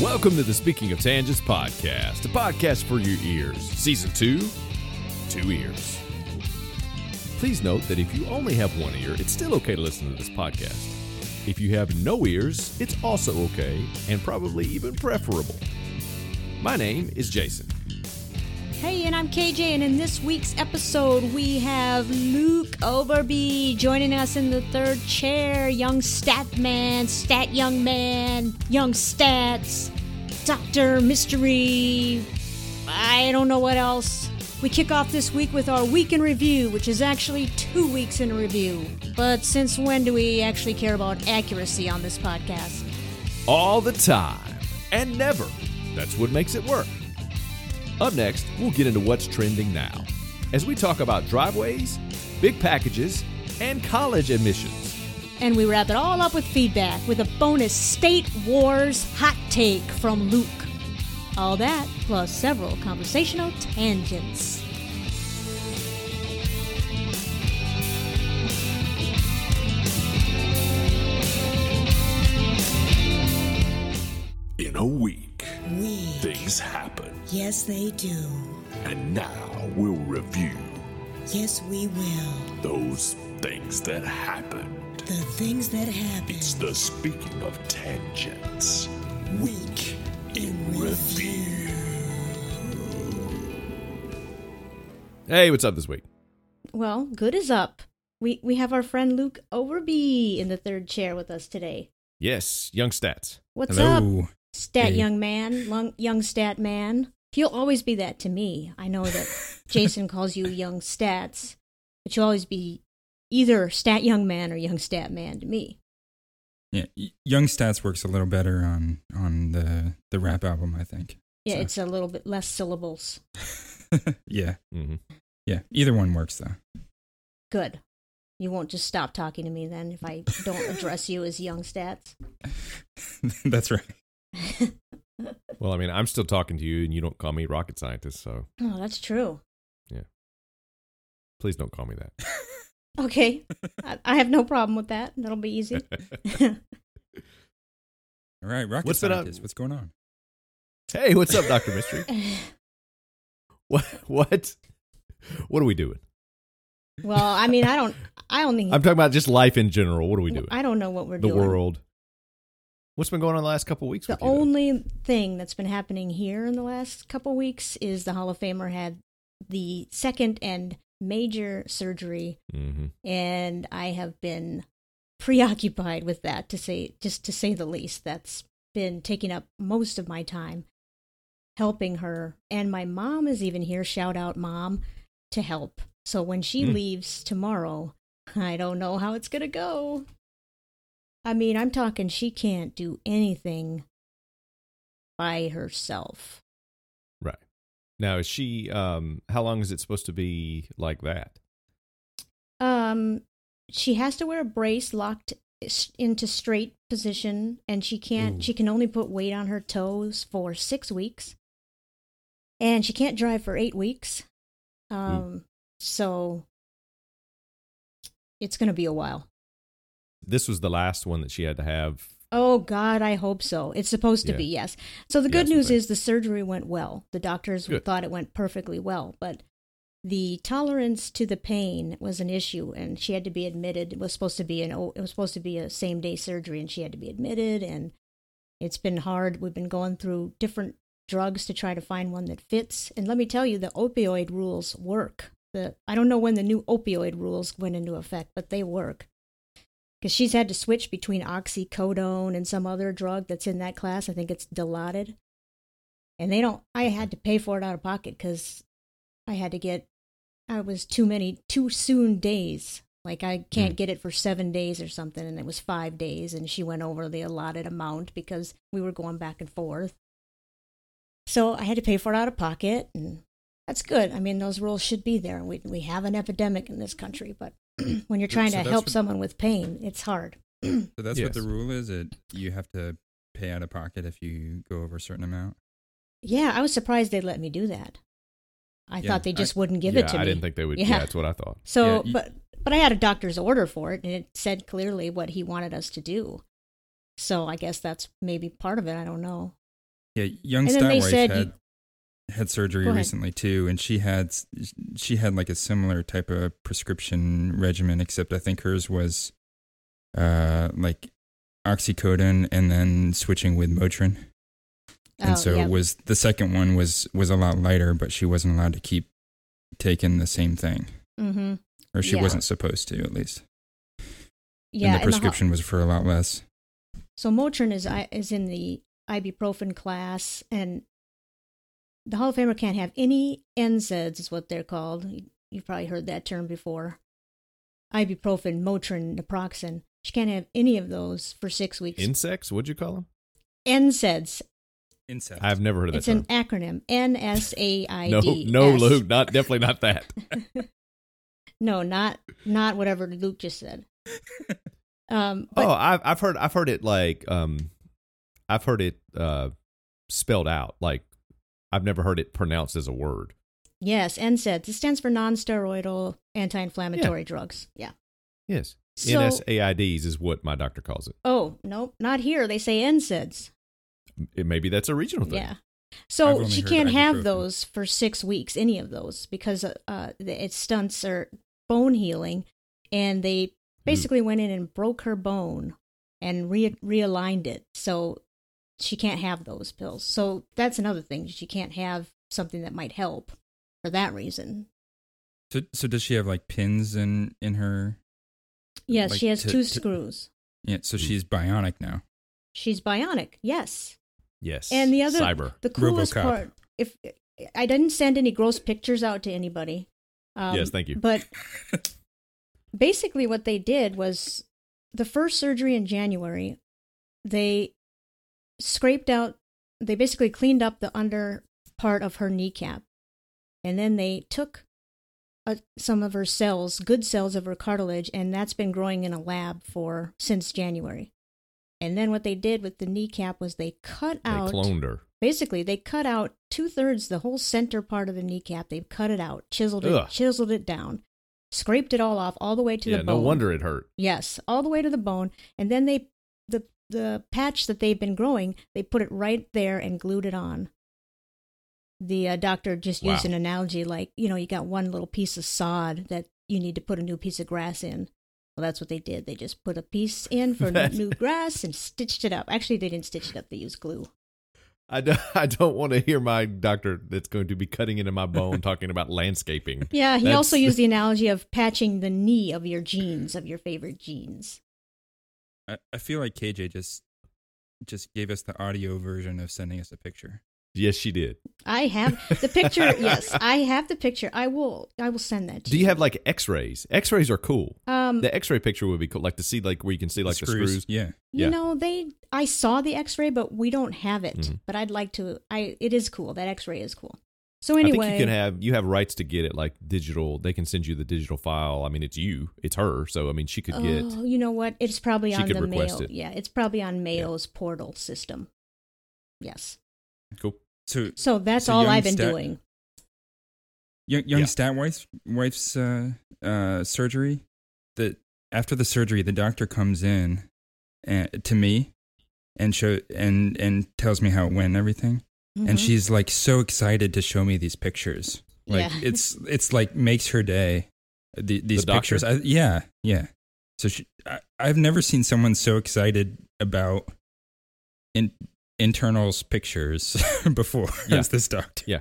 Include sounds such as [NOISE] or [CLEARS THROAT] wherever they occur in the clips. Welcome to the Speaking of Tangents podcast, a podcast for your ears. Season 2, Two Ears. Please note that if you only have one ear, it's still okay to listen to this podcast. If you have no ears, it's also okay and probably even preferable. My name is Jason. Hey, and I'm KJ, and in this week's episode, we have Luke Overby joining us in the third chair. Young stat man, stat young man, young stats, Dr. Mystery. I don't know what else. We kick off this week with our week in review, which is actually two weeks in review. But since when do we actually care about accuracy on this podcast? all the time and never. That's what makes it work. Up next, we'll get into what's trending now as we talk about driveways, big packages, and college admissions. And we wrap it all up with feedback with a bonus State Wars hot take from Luke. All that plus several conversational tangents. In a week, things happen, Yes, they do. and now we'll review Yes, we will. those things that happened. The things that happen. It's the speaking of tangents. week in review. Hey, what's up this week? Well, good is up. We we have our friend Luke Overby in the third chair with us today. Yes, Young Stats. What's up, Hello. stat Hey. young man, long, young stat man? You'll always be that to me. I know [LAUGHS] that Jason calls you young stats, but you'll always be either stat young man or young stat man to me. Yeah, y- Young Stats works a little better on on the the rap album, I think. [LAUGHS] Yeah, So- it's a little bit less syllables. yeah, Mm-hmm. yeah. Either one works though. [LAUGHS] Good. You won't just stop talking to me then if I don't address you as young stats. That's right. Well, I mean, I'm still talking to you, and you don't call me rocket scientist, so [LAUGHS] Oh, that's true. please don't call me that. Okay. I, I have no problem with that. That'll be [LAUGHS] easy. All right, rocket What's been up? scientist. What's going on? hey, what's up, Doctor [LAUGHS] Mystery? What? What? What are we doing? well, I mean, I don't, I only, I'm talking about just life in general. What are we doing? I don't know what we're the doing. world. What's been going on the last couple weeks? The with you, though? only thing that's been happening here in the last couple weeks is the Hall of Famer had the second and major surgery Mm-hmm. and I have been preoccupied with that to say just to say the least that's been taking up most of my time helping her and my mom is even here shout out mom to help so when she Hmm. leaves tomorrow i don't know how it's going to go i mean i'm talking she can't do anything by herself Right. Now, is she? Um, how long is it supposed to be like that? Um, she has to wear a brace locked s- into straight position, and she can't. Ooh. She can only put weight on her toes for six weeks, and she can't drive for eight weeks. Hmm. Um, so it's gonna be a while. This was the last one that she had to have. Oh God, I hope so. It's supposed to Yeah. be yes. So the Yeah, good that's what news they- is the surgery went well. The doctors Good. thought it went perfectly well, but the tolerance to the pain was an issue, and she had to be admitted. It was supposed to be an o- it was supposed to be a same day surgery, and she had to be admitted. And it's been hard. We've been going through different drugs to try to find one that fits. And let me tell you, the opioid rules work. The I don't know when the new opioid rules went into effect, but they work because she's had to switch between oxycodone and some other drug that's in that class. I think it's Dilaudid, and they don't. I had to pay for it out of pocket because I had to get. I was too many too soon days. Like I can't Hmm. Mm. get it for seven days or something, and it was five days, and she went over the allotted amount because we were going back and forth. So I had to pay for it out of pocket, and that's good. I mean, those rules should be there. We we have an epidemic in this country, but [CLEARS THROAT] when you're trying So to that's help what- someone with pain, it's hard. So that's what the Yes. rule is. It you have to pay out of pocket if you go over a certain amount. Yeah, I was surprised they let me do that. I Yeah, thought they I- just wouldn't give yeah, it to me. I didn't think they would. Yeah. that's what I thought. So, Yeah, you- but but I had a doctor's order for it, and it said clearly what he wanted us to do. So I guess that's maybe part of it. I don't know. Yeah, young And then they Statwife said had had surgery Go ahead. recently too, and she had s- she had like a similar type of prescription regimen, except I think hers was uh like oxycodone and then switching with Motrin, and Oh, so yeah. it was the second one was was a lot lighter, but she wasn't allowed to keep taking the same thing, mm-hmm. or she Yeah. wasn't supposed to at least. yeah, and the and the ho- prescription was for a lot less. So Motrin is i- is in the ibuprofen class, and the Hall of Famer can't have any NSAIDs, is what they're called. You- You've probably heard that term before. Ibuprofen, Motrin, naproxen. She can't have any of those for six weeks. Insects? What'd you call them? NSAIDs. Insect. I've never heard of that It's an term. acronym. N S A I no, D. no, Luke, not definitely not that. No, not not whatever Luke just said. Um, [LAUGHS] but oh, I've I've heard I've heard it like um, I've heard it uh spelled out. Like I've never heard it pronounced as a word. yes, NSAIDs. It stands for non-steroidal anti-inflammatory drugs. Yeah. Yes, So- NSAIDs E is what my doctor calls it. Oh, nope, not here. They say NSAIDs. it. Maybe that's a regional thing. Yeah. I've So only she heard can't ibuprofen. have those for six weeks, any of those, because uh, uh, it stunts her bone healing. And they Hmm. basically went in and broke her bone and re- realigned it. So she can't have those pills. So that's another thing. She can't have something that might help for that reason. So, so does she have like pins in in her? Yes, Like she has to- two to- screws. Yeah, Hmm. so she's bionic now. She's bionic. Yes. Yes, And the other, cyber. the coolest RoboCop. part, if I didn't send any gross pictures out to anybody. Um, Yes, thank you. [LAUGHS] But basically, what they did was the first surgery in January, they scraped out, they basically cleaned up the under part of her kneecap, and then they took. uh some of her cells, good cells of her cartilage, and that's been growing in a lab for since January. And then what they did with the kneecap was they cut They out cloned her. basically they cut out two thirds the whole center part of the kneecap. They've cut it out, chiseled it, Ugh. chiseled it down, scraped it all off, all the way to Yeah, the no bone. wonder it hurt. Yes, all the way to the bone, and then they the the patch that they've been growing, they put it right there and glued it on. The uh, doctor just Wow. used an analogy like you know you got one little piece of sod that you need to put a new piece of grass in. Well, that's what they did. They just put a piece in [LAUGHS] for That's- new grass and stitched it up. Actually, they didn't stitch it up. They used glue. I don't, [LAUGHS] I don't want to hear my doctor that's going to be cutting into my bone talking about landscaping. Yeah, he That's- also used [LAUGHS] the analogy of patching the knee of your jeans, of your favorite jeans. I, I feel like KJ just just gave us the audio version of sending us a picture. Yes, she did. I have the [LAUGHS] picture. yes, I have the picture. I will. I will send that to Do you have like X-rays? X-rays are cool. Um, The X-ray picture would be cool, like to see like where you can see like the screws. Yeah. yeah. you know, they. I saw the X-ray, but we don't have it. Mhm. But I'd like to. I. It is cool. That X-ray is cool. So I anyway, think you can have you have rights to get it like digital. They can send you the digital file. I mean, it's you, it's her. So I mean, she could get. oh, you know what? It's probably She on could the request mail. it. Yeah, it's probably on Mayo's portal system. Yes. Cool. So So that's So all young I've been stat- doing. young, young Yeah. Statwife's wife's uh, uh, surgery. The after the surgery, the doctor comes in uh to me and show and and tells me how it went and everything. Mhm. And she's like so excited to show me these pictures. Like Yeah. [LAUGHS] it's it's like makes her day. The, these The doctor? pictures, I, yeah, yeah. So she, I, I've never seen someone so excited about in, internals pictures [LAUGHS] before Yeah. as this doctor. Yeah.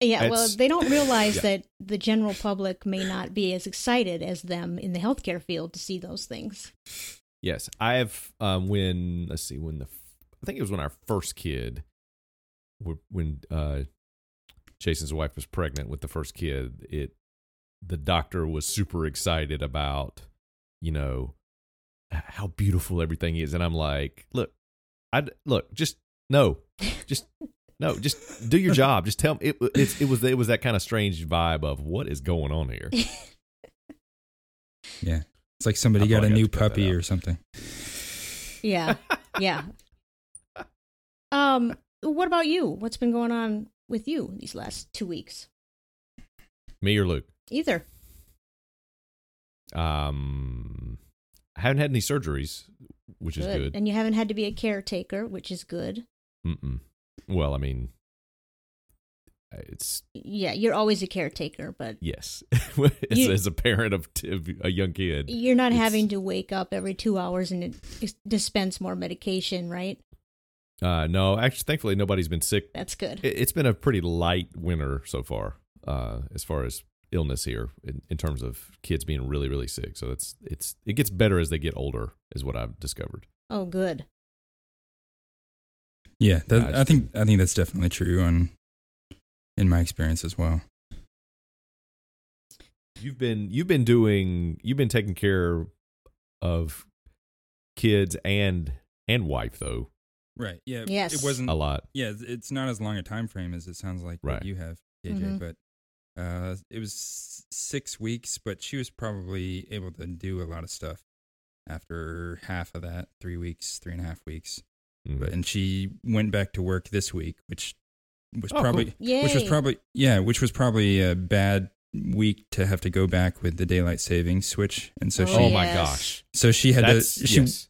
Yeah, well, It's- they don't realize Yeah. that the general public may not be as excited as them in the healthcare field to see those things. Yes, I have. Um, when let's see, when the f- I think it was when our first kid, wh- when uh, Jason's wife was pregnant with the first kid, it the doctor was super excited about, you know, h- how beautiful everything is, and I'm like, look, I look just no, just. No, just do your job. Just tell me it. It's, it was it was that kind of strange vibe of what is going on here. Yeah. It's like somebody I got probably a got new to cut that puppy out. or something. Yeah, [LAUGHS] yeah. Um, what about you? What's been going on with you these last two weeks? Me or Luke? Either. Um, I haven't had any surgeries, which is good. And you haven't had to be a caretaker, which is good. Mm-mm. Well, I mean, it's Yeah, you're always a caretaker, but yes, [LAUGHS] as, You- as a parent of, t- of a young kid, you're not It's- having to wake up every two hours and dis- dispense more medication, right? uh, no, actually, thankfully, nobody's been sick That's good. It- It's been a pretty light winter so far, uh, as far as illness here in, in terms of kids being really, really sick. So it's it's it gets better as they get older, is what I've discovered. Oh, good. Yeah, Yeah, that, it's I think I think that's definitely true, and in my experience as well. You've been you've been doing you've been taking care of kids and and wife though Right. Yeah. Yes. It wasn't. a lot. Yeah, it's- it's not as long a time frame as it sounds like Right. what you have, KJ. Mm-hmm. Mhm. But uh, it was s- six weeks, but she was probably able to do a lot of stuff after half of that, three weeks, three and a half weeks. Mm-hmm. Mm. But and she went back to work this week, which was Oh, cool. probably which was Yay. probably yeah, which was probably a bad week to have to go back with the daylight savings switch, and so Oh, she oh my yes. gosh, so she had that's to she yes.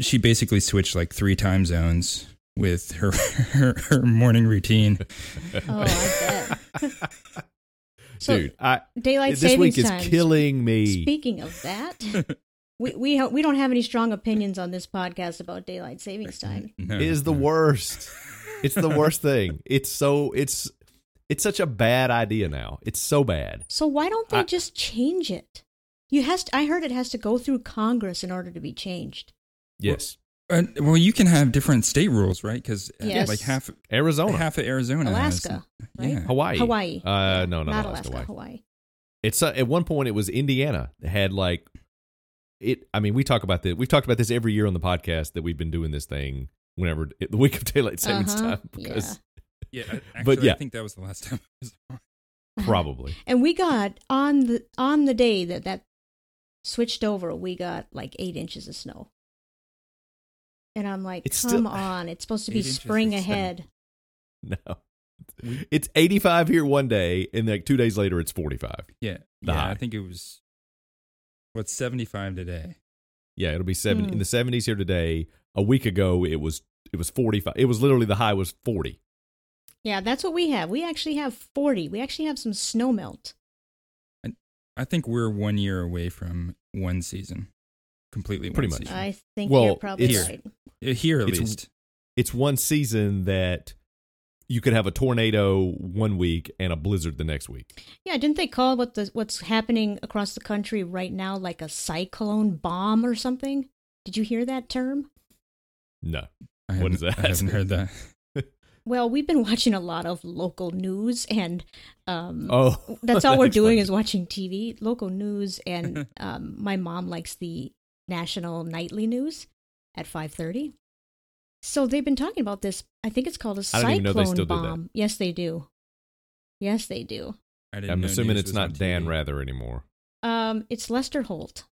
she basically switched like three time zones with her [LAUGHS] her, her [LAUGHS] morning routine. Oh, I bet. so, dude. I daylight this savings week is time. killing me. Speaking of that, we we ha- we don't have any strong opinions on this podcast about [LAUGHS] daylight savings time. No, It is the no. worst. It's the worst thing. It's so it's it's such a bad idea now. It's so bad. So why don't they I- just change it? You has to, I heard it has to go through Congress in order to be changed. Yes. Uh, well, you can have different state rules, right? Because Yes. like half Arizona, Oh, half of Arizona, has- Alaska, yeah, right? Hawaii, Hawaii. Uh, no, no, not not Alaska. Hawaii. Alaska, Hawaii. It's uh, at one point it was Indiana that had like it. I mean, we talk about this. We've talked about this every year on the podcast that we've been doing this thing. Whenever the week of daylight savings Uh-huh, time, because yeah. I- Actually, But yeah. I think that was the last time. [LAUGHS] I was on. [LAUGHS] probably And we got on the on the day that that switched over, we got like eight inches of snow. And I'm like, It's come still- [SIGHS] on! It's supposed to be Eight inches spring of snow. ahead. no, it's eighty five here one day, and like two days later it's forty five. Yeah, The yeah. high. I think it was what's seventy five today. Yeah, it'll be seventy Hmm. in the seventies here today. A week ago, it was it was forty five. It was literally the high was forty. Yeah, that's what we have. We actually have 40. We actually have some snow melt. I think we're one year away from one season, completely. Pretty one much. season. I think Well, you're probably it's- right. Uh, here at It's- least. It's one season that you could have a tornado one week and a blizzard the next week. Yeah, didn't they call what the what's happening across the country right now like a cyclone bomb or something? Did you hear that term? No, I What is haven't- that? I haven't heard that. Well, we've been [LAUGHS] watching a lot of local news and um oh, [LAUGHS] that's all we're doing funny. is watching TV, local news, [LAUGHS] and um, my mom likes the national nightly news at five thirty. So they've been talking about this. I think it's called a I don't cyclone even know they still do that. bomb. Yes, they do. Yes, they do. I didn't I'm know assuming news it's was on not Dan TV. Rather anymore. Um, it's Lester Holt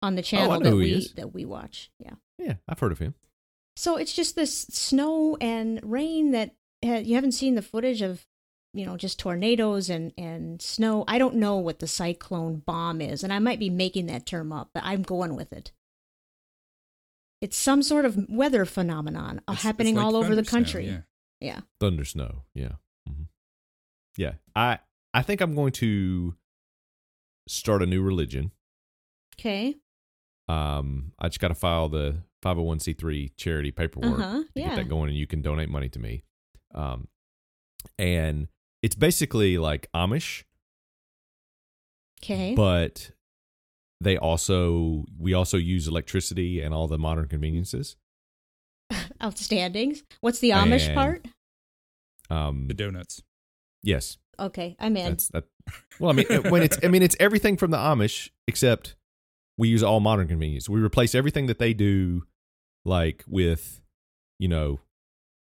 on the channel Oh, know that who he we is. that we watch. Yeah. Yeah, I've heard of him. So it's just this snow and rain that uh, you haven't seen the footage of, you know, just tornadoes and, and snow. I don't know what the cyclone bomb is, and I might be making that term up, but I'm going with it. It's some sort of weather phenomenon uh It's- it's happening like all over the thundersnow, country. yeah. yeah. Thunder Snow. Yeah, hmm yeah. I I think I'm going to start a new religion. Okay. Um, I just got to file the 501c3 charity paperwork Uh-huh, to get yeah. that going, and you can donate money to me. Um, and it's basically like Amish, Okay. but they also we also use electricity and all the modern conveniences. Outstanding. What's the Amish And- part? Um, The donuts. yes, Okay, I'm in. that's that. Well, I mean, it- when it's I mean it's everything from the Amish except we use all modern convenience. We replace everything that they do, like with you know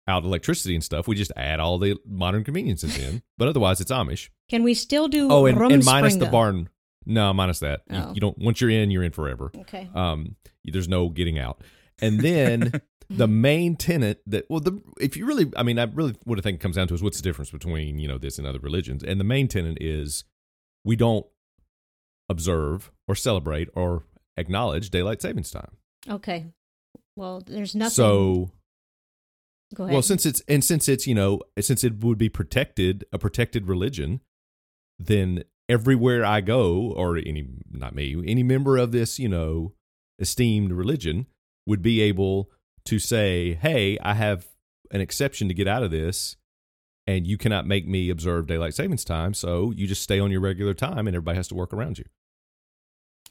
out electricity and stuff. We just add all the modern conveniences in, but otherwise it's Amish. Can we still do Oh, and, and minus the Rumspringa? barn. No, minus that. You- Oh. you don't. Once you're in, you're in forever. Okay. Um, there's no getting out. And then the main tenet that well, the if you really, I mean, I really what I think it comes down to is what's the difference between you know this and other religions. And the main tenet is we don't observe or celebrate or acknowledge daylight savings time. Okay. Well, there's nothing So Go ahead. Well, since it's and since it's you know since it would be protected a protected religion, then everywhere I go or any not me any member of this you know esteemed religion would be able to say, "Hey, I have an exception to get out of this, and you cannot make me observe daylight savings time, so you just stay on your regular time, and everybody has to work around you."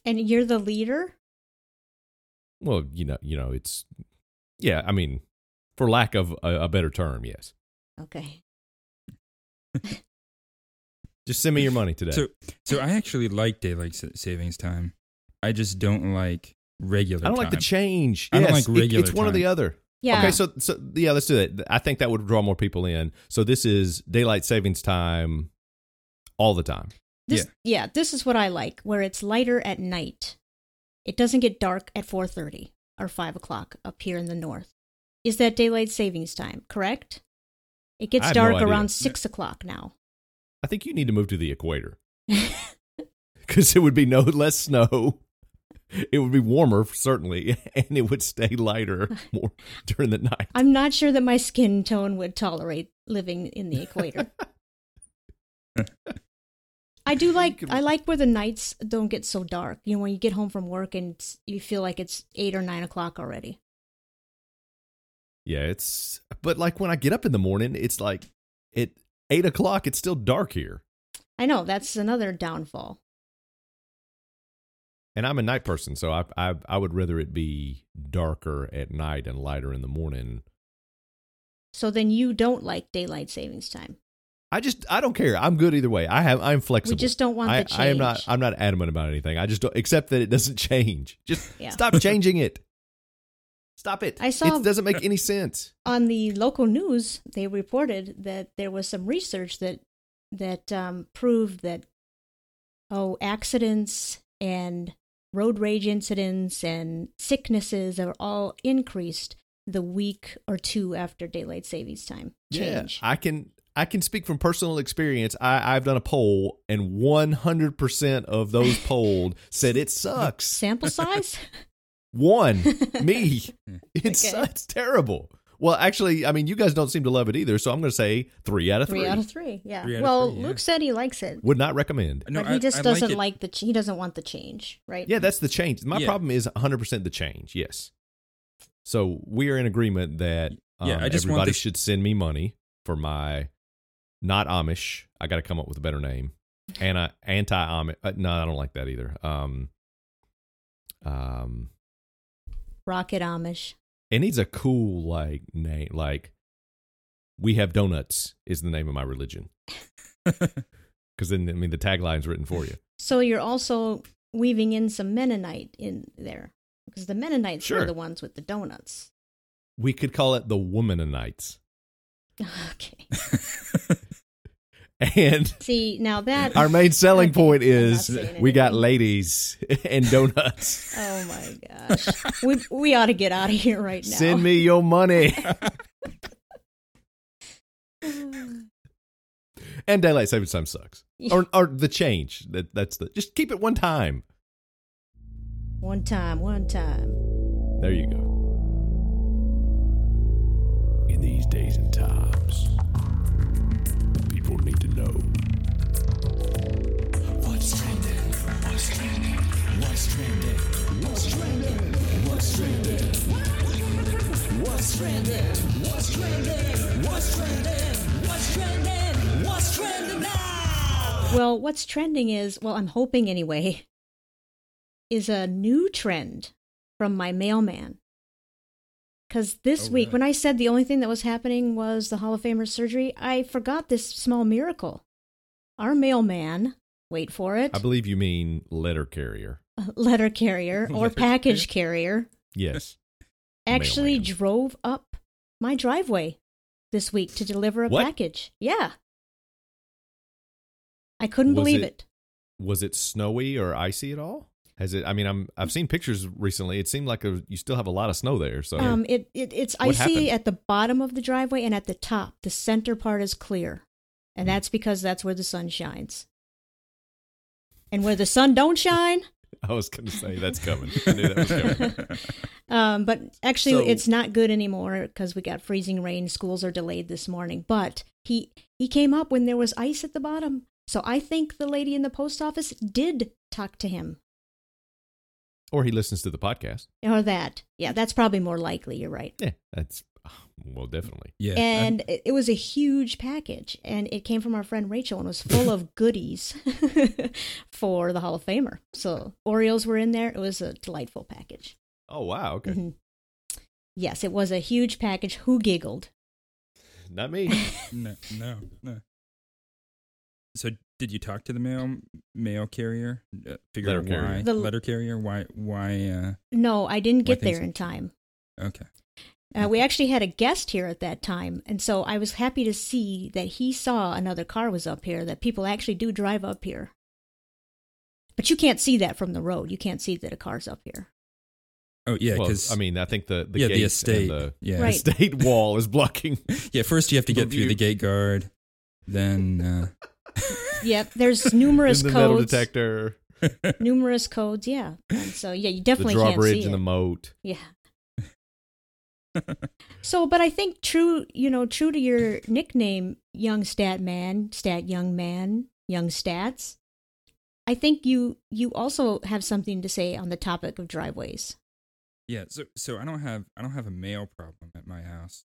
and you're the leader. Well, you know, you know, it's yeah. I mean, for lack of a, a better term, yes. Okay. Just send me your money today. So, so I actually like daylight sa- savings time. I just don't like regular. I don't like the time. change. I don't Yes, like it- regular it's one or time. the other. Yeah. Okay, so so yeah, let's do that. I think that would draw more people in. So this is daylight savings time all the time. This, yeah. this is what I like, where it's lighter at night. It doesn't get dark at four thirty or five o'clock up here in the north. Is that daylight savings time? Correct. I It gets have no dark idea. around six o'clock now. I think you need to move to the equator because it would be no less snow. It would be warmer certainly, [LAUGHS] and it would stay lighter more during the night. I'm not sure that my skin tone would tolerate living in [LAUGHS] the equator. I do like I like where the nights don't get so dark. You know, when you get home from work and it's- you feel like it's eight or nine o'clock already. Yeah, it's but like when I get up in the morning, it's like at eight o'clock. It's still dark here, I know that's another downfall. and I'm a night person, so I I I would rather it be darker at night and lighter in the morning. So then you don't like daylight savings time. I just I don't care. I'm good either way. I have I'm flexible. just don't want I, the I am not change. I'm not adamant about anything. I just don't accept that it doesn't [LAUGHS] change. Just Yeah. stop changing it. Stop it. I saw- it doesn't make any [LAUGHS] sense. On the local news, they reported that there was some research that that um, proved that oh, accidents and road rage incidents and sicknesses are all increased the week or two after daylight savings time change. Yeah, I can I can speak from personal experience. I, I've done a poll, and 100 percent of those polled said [LAUGHS] it sucks. [LAUGHS] Sample size? [LAUGHS] One, me. It's Okay. it's terrible. Well, actually, I mean, you guys don't seem to love it either, so I'm going to say three out of three. three out of three. Yeah. Three out of well, three, yeah. Luke said he likes it, Would not recommend. No, but he I- just I doesn't it. like, the ch- he doesn't want the change, right? Yeah, that's the change. My Yeah. problem is 100 percent the change. Yes. So we are in agreement that um, Yeah, I just want everybody this- should send me money for my not Amish. I got to come up with a better name. Anti anti Amish. Uh, no, I don't like that either. Um, um, Rocket Amish. it needs a cool like name. Like we have donuts is the name of my religion. Because then I mean the tagline's written for you. So you're also weaving in some Mennonite in there because the Mennonites Sure. were the ones with the donuts. [LAUGHS] We could call it the Womananites. Okay. [LAUGHS] And See, now that Our main selling Okay, point I'm not is saying we got anything. ladies [LAUGHS] and [LAUGHS] donuts. Oh my gosh. we we ought to get out of here right now. Send me your [LAUGHS] money. and daylight savings time sucks. Or or the change. That that's the just keep it one time. [SIGHS] one time, one time. There you go. In these days and times, people need to know. What's trending? What's trending? What's trending? What's trending? What's trending? What's trending? What's trending? What's trending? What's trending? What's trending now? Well, what's trending is, well, I'm hoping anyway, is a new trend from my mailman. Because this Oh, week, really? when I said the only thing that was happening was the Hall of Famer's surgery, I forgot this small miracle. Our mailman, wait for it, I believe you mean letter carrier. [LAUGHS] [LAUGHS] letter carrier or Letter package carrier, [LAUGHS] Yes. actually Mailman. drove up my driveway this week to deliver a What? package. Yeah. I couldn't Was believe it- it. Was it snowy or icy at all? Has it I mean I'm I've seen pictures recently. It seemed like a, you still have a lot of snow there, so Um, it, it it's What icy happened? at the bottom of the driveway and at the top. The center part is clear, and Hmm. that's because that's where the sun shines. And where the sun don't shine, [LAUGHS] I was going to say that's coming. I knew that was coming. Um, but actually, So- it's not good anymore because we got freezing rain. Schools are delayed this morning. But he he came up when there was ice at the bottom. So I think the lady in the post office did talk to him Or he listens to the podcast. or that. Yeah, that's probably more likely. You're right. Yeah, that's [SIGHS] well, definitely. Yeah. and it, it was a huge package, and it came from our friend Rachel, and was [LAUGHS] full of goodies [LAUGHS] for the Hall of Famer. So Oreos were in there. It was a delightful package. Oh wow, okay, Mhm. Yes, it was a huge package. Who giggled? not me. [LAUGHS] no, no, no. So, did you talk to the mail mail carrier? Uh, figure Letter out carrier. why The- letter carrier. Why? Why? No, I didn't Why get there things- in time. Uh, okay. Uh, we actually had a guest here at that time, and so I was happy to see that he saw another car was up here, that people actually do drive up here. But you can't see that from the road. You can't see that a car's up here. Oh yeah, Well, because I mean, I think the the yeah, gates the and estate. the yeah, Right. estate wall is blocking. yeah. First, you have to The get through the view. gate guard. Then, uh, Yep, there's [LAUGHS] numerous in the metal codes. detector, uh, Numerous codes, yeah. And so, yeah, you definitely the can't see drawbridge, and it. the moat. Yeah. [LAUGHS] so, but I think true, you know, true to your nickname, young stat man, stat young man, young stats. I think you you also have something to say on the topic of driveways. Yeah, so so I don't have I don't have a male problem at my house,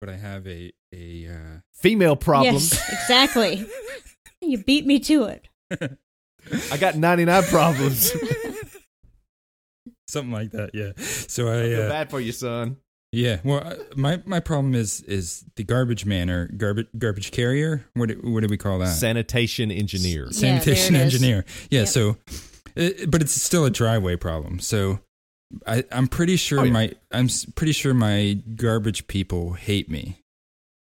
but I have a a uh, Female problems. Yes, exactly. you beat me to it. I got ninety [LAUGHS] nine problems. something like that. Yeah. So I I feel uh, bad for you, son. yeah. Well, I, my my problem is is the garbage man or garbage garbage carrier. What do, what do we call that? Sanitation engineer. Yeah, there sanitation it is. engineer. Yeah. Yep. So, it, but it's still a driveway problem. So, I, I'm pretty sure Oh, yeah. my I'm s- pretty sure my garbage people hate me,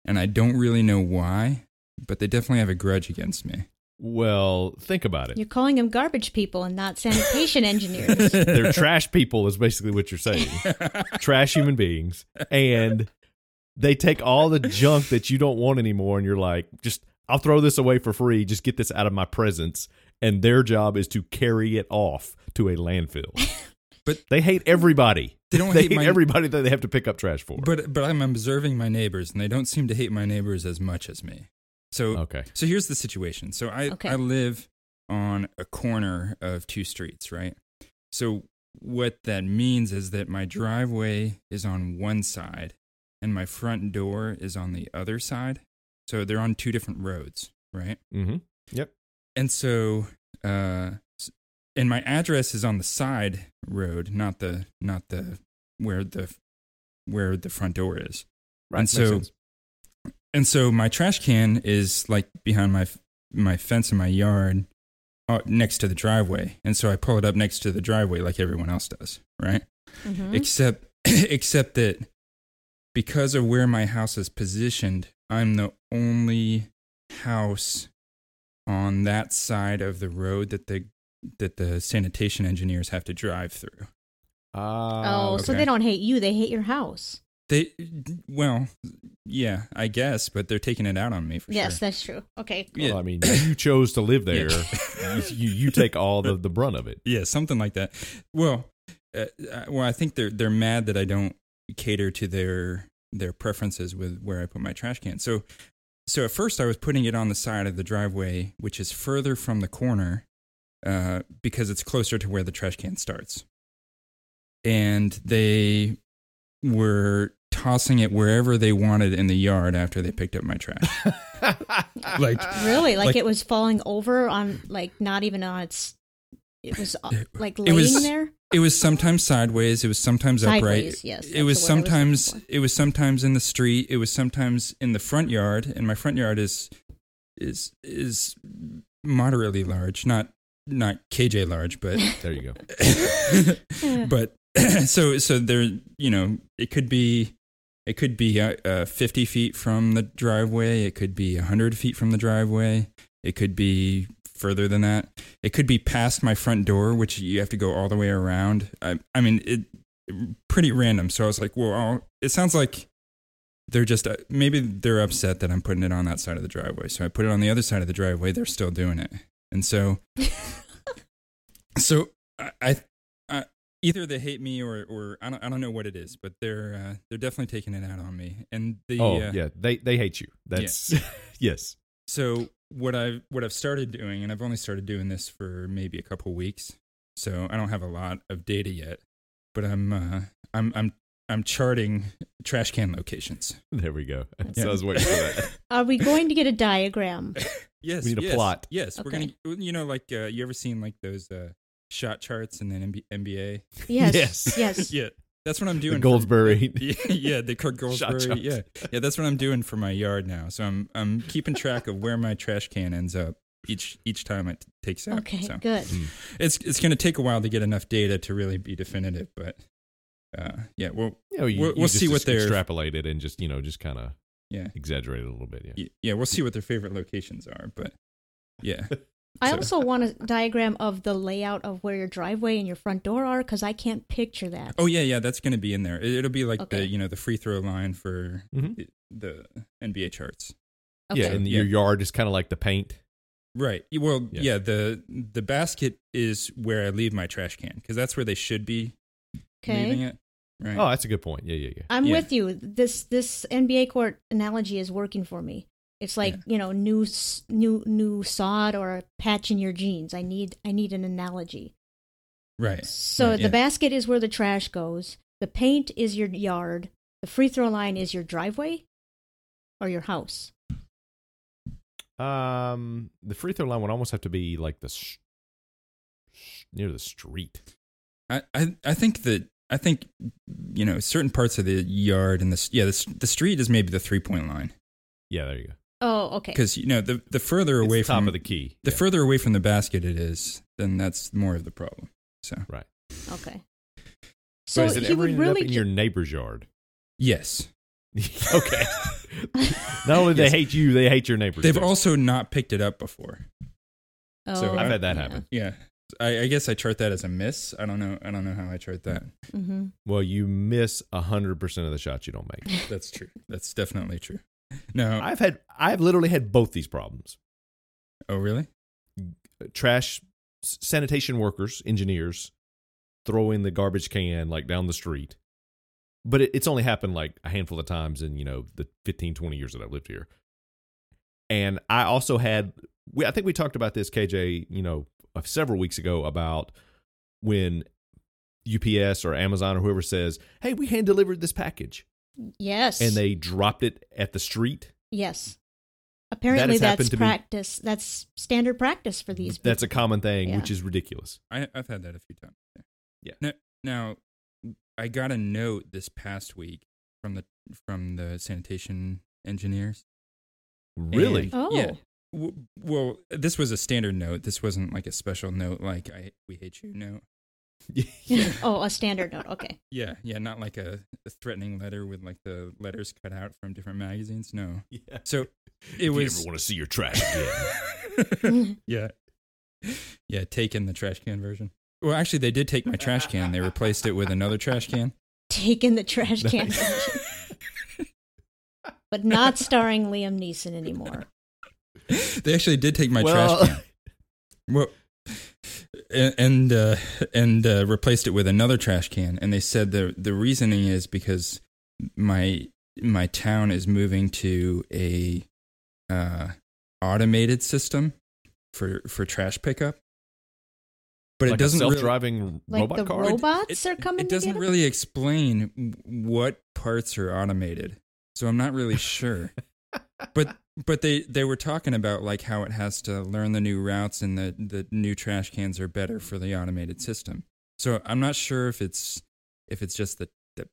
and I don't really know why, but they definitely have a grudge against me. Well, think about it. You're calling them garbage people and not sanitation engineers. [LAUGHS] They're trash people, is basically what you're [LAUGHS] saying. trash human beings, and they take all the junk that you don't want anymore, and you're like, just I'll throw this away for free. Just get this out of my presence. And their job is to carry it off to a [LAUGHS] landfill. But- they hate everybody. They don't They hate hate, my- everybody that they have to pick up trash for. But but I'm observing my neighbors, and they don't seem to hate my neighbors as much as me. So okay. so here's the situation. So I Okay. I live on a corner of two streets, right? So what that means is that my driveway is on one side, and my front door is on the other side. So they're on two different roads, right? Mm-hmm. and so uh s- and my address is on the side road not the not the where the where the front door is Right. And so- and so my trash can is like behind my f- my fence in my yard uh, next to the driveway and so i pull it up next to the driveway like everyone else does right Mhm. except [CLEARS THROAT] except that because of where my house is positioned i'm the only house on that side of the road that the that the sanitation engineers have to drive through [LAUGHS] oh, Ah, so okay. they don't hate you; they hate your house. they well yeah i guess but they're taking it out on me for Yes, sure that's true. Okay, well, yeah. I [COUGHS] mean, you chose to live there. Yeah. you, you take all the, the brunt of it. [LAUGHS] yeah something like that well uh, I- well i think they're they're mad that i don't cater to their their preferences with where i put my trash can so so at first I was putting it on the side of the driveway, which is further from the corner, uh, because it's closer to where the trash can starts. And they were tossing it wherever they wanted in the yard after they picked up my trash. like Really? Like, Like- it was falling over on like not even on its it was uh, like It laying was there? it was sometimes sideways, it was sometimes Sideways, upright. yes, that's it was the word I was looking sometimes for. it was sometimes in the street, it was sometimes in the front yard, and my front yard is is is moderately large, not not KJ [LAUGHS] large, but there you go. but [CLEARS THROAT] so so there you know it could be it could be uh, uh, 50 feet from the driveway it could be 100 feet from the driveway it could be further than that it could be past my front door which you have to go all the way around i, I mean it pretty random so i was like well I'll, it sounds like they're just uh, maybe they're upset that i'm putting it on that side of the driveway so i put it on the other side of the driveway they're still doing it and so so I, I, I either they hate me or or I don't I don't know what it is, but they're uh, they're definitely taking it out on me. And the oh uh, yeah, they they hate you. That's [LAUGHS] yes. So what I've what I've started doing, and I've only started doing this for maybe a couple weeks, so I don't have a lot of data yet, but I'm uh, I'm I'm I'm charting trash can locations. There we go. Yeah. So I was waiting for [LAUGHS] that. Are we going to get a diagram? Yes, We need a yes, plot. Yes, Okay. we're gonna you know like uh, you ever seen like those uh, shot charts and then MB- [LAUGHS] NBA? [LAUGHS] Yes. Yes. Yes. yeah, that's what I'm The doing. for- Goldsberry. [LAUGHS] yeah, yeah, the [LAUGHS] Kirk Shot Goldsberry. charts. Yeah, yeah, that's what I'm doing for my yard now. So I'm I'm keeping track of where my trash can ends up each each time it takes out. Okay. so. Good. It's it's going to take a while to get enough data to really be definitive, but uh, yeah, well, You know, Oh, you, We'll- you we'll just see what ex- they're- extrapolate it and just you know just kind of yeah, exaggerate it a little bit. Yeah. Y- yeah, we'll see what their favorite locations are, but yeah, I So- also want a diagram of the layout of where your driveway and your front door are because I can't picture that. oh yeah, yeah, that's going to be in there. It, it'll be like the Okay. you know the free throw line for Mhm. the- the NBA charts, Yeah, Okay. and Oh, Yeah. your yard is kind of like the paint. right? Y- Well, Yeah. yeah. the the basket is where I leave my trash can because that's where they should be leaving okay. it, right? Oh, that's a good point. Yeah, yeah, yeah. I'm Yeah. with you. This this NBA court analogy is working for me. It's like Yeah. you know new s- new new sod or a patch in your jeans. I need I need an analogy. right. So right, the yeah. basket is where the trash goes. The paint is your yard. The free throw line is your driveway or your house. Um, the free throw line would almost have to be like the sh- sh- near the street. I, I I think that I think you know certain parts of the yard and the s- yeah the, s- the street is maybe the three point line Yeah, there you go. Oh, okay. because you know the the further away it's from top of the key. the yeah. further away from the basket it is, then that's more of the problem. So right. Okay. So, So, has it he ever would ended really up in your neighbor's [LAUGHS] yard? yes, [LAUGHS] okay. Not only they Yes. hate you, they hate your neighbors. they've too. also not picked it up before. Oh, So I've had that happen. Yeah, I, I guess I chart that as a miss. I don't know. I don't know how I chart that. hmm Well, you miss hundred percent of the shots you don't make. That's true. That's definitely true. No. I've had, I've literally had both these problems. oh really? trash s- sanitation workers, engineers, throwing the garbage can like down the street. But it, it's only happened like a handful of times in, you know, the 15, 20 years that I've lived here. And I also had, we, I think we talked about this, KJ, you know, of several weeks ago about when UPS or Amazon or whoever says, hey, we hand delivered this package. Yes. And they dropped it at the street. yes. Apparently, happened that's to me. practice. That's standard practice for these. People. That's a common thing, Yeah. which is ridiculous. I, I've had that a few times. Yeah. Now, now, I got a note this past week from the from the sanitation engineers. Really? [LAUGHS] And- Oh. Yeah. W- well, this was a standard note. This wasn't like a special note, like "I we hate you" note. [LAUGHS] oh, a standard note. Okay. [LAUGHS] [LAUGHS] Yeah, yeah, not like a, a threatening letter with like the letters cut out from different magazines. No. yeah. [LAUGHS] So it if was. you ever want to see your trash again. yeah. Yeah, take in the trash can version. Well, actually, they did take my trash can. They replaced it with another trash can. Take in the trash can, [LAUGHS] but not starring Liam Neeson anymore. [LAUGHS] They actually did take my Well- trash can. [LAUGHS] Well, and and, uh, and uh, replaced it with another trash can. And they said the the reasoning is because my my town is moving to a uh, automated system for for trash pickup. But Like it doesn't a really- self-driving Like robot the car. robots it, are coming. It doesn't to get him? really explain w- what parts are automated, so I'm not [LAUGHS] really sure. but but they they were talking about like how it has to learn the new routes and the the new trash cans are better for the automated system. So I'm not sure if it's if it's just the, the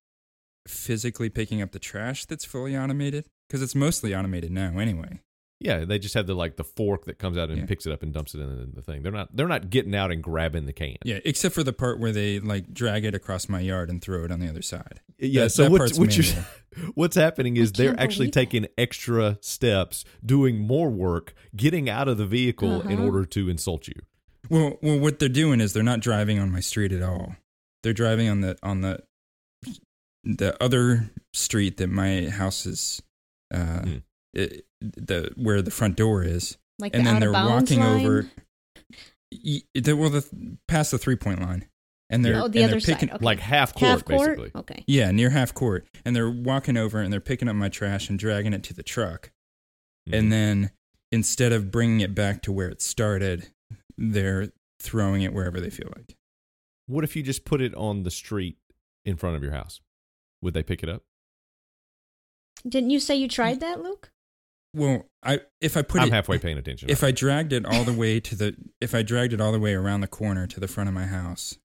physically picking up the trash that's fully automated because it's mostly automated now anyway. yeah, they just have the like the fork that comes out and Yeah. picks it up and dumps it in the thing. They're not they're not getting out and grabbing the can. Yeah, except for the part where they like drag it across my yard and throw it on the other side. yeah. That- so that what's part's what you're, manual. [LAUGHS] what's happening is I they're can't actually believe taking extra steps, doing more work, getting out of the vehicle in Uh-huh. order to insult you. Well, well, what they're doing is they're not driving on my street at all. They're driving on the on the the other street that my house is, uh, Hmm. it, the where the front door is, like and the then out they're of bounds walking line. over. y- they well the past the three point line, and they're oh, the and other they're picking, side. Okay. Like half court, half court. basically. Okay. Yeah, near half court, and they're walking over and they're picking up my trash and dragging it to the truck, Mm-hmm. Hmm. and then instead of bringing it back to where it started, they're throwing it wherever they feel like. What if you just put it on the street in front of your house? Would they pick it up? Didn't you say you tried that, Luke? Well, I if I put I'm it halfway paying attention. if I dragged it all [LAUGHS] the way to the if I dragged it all the way around the corner to the front of my house,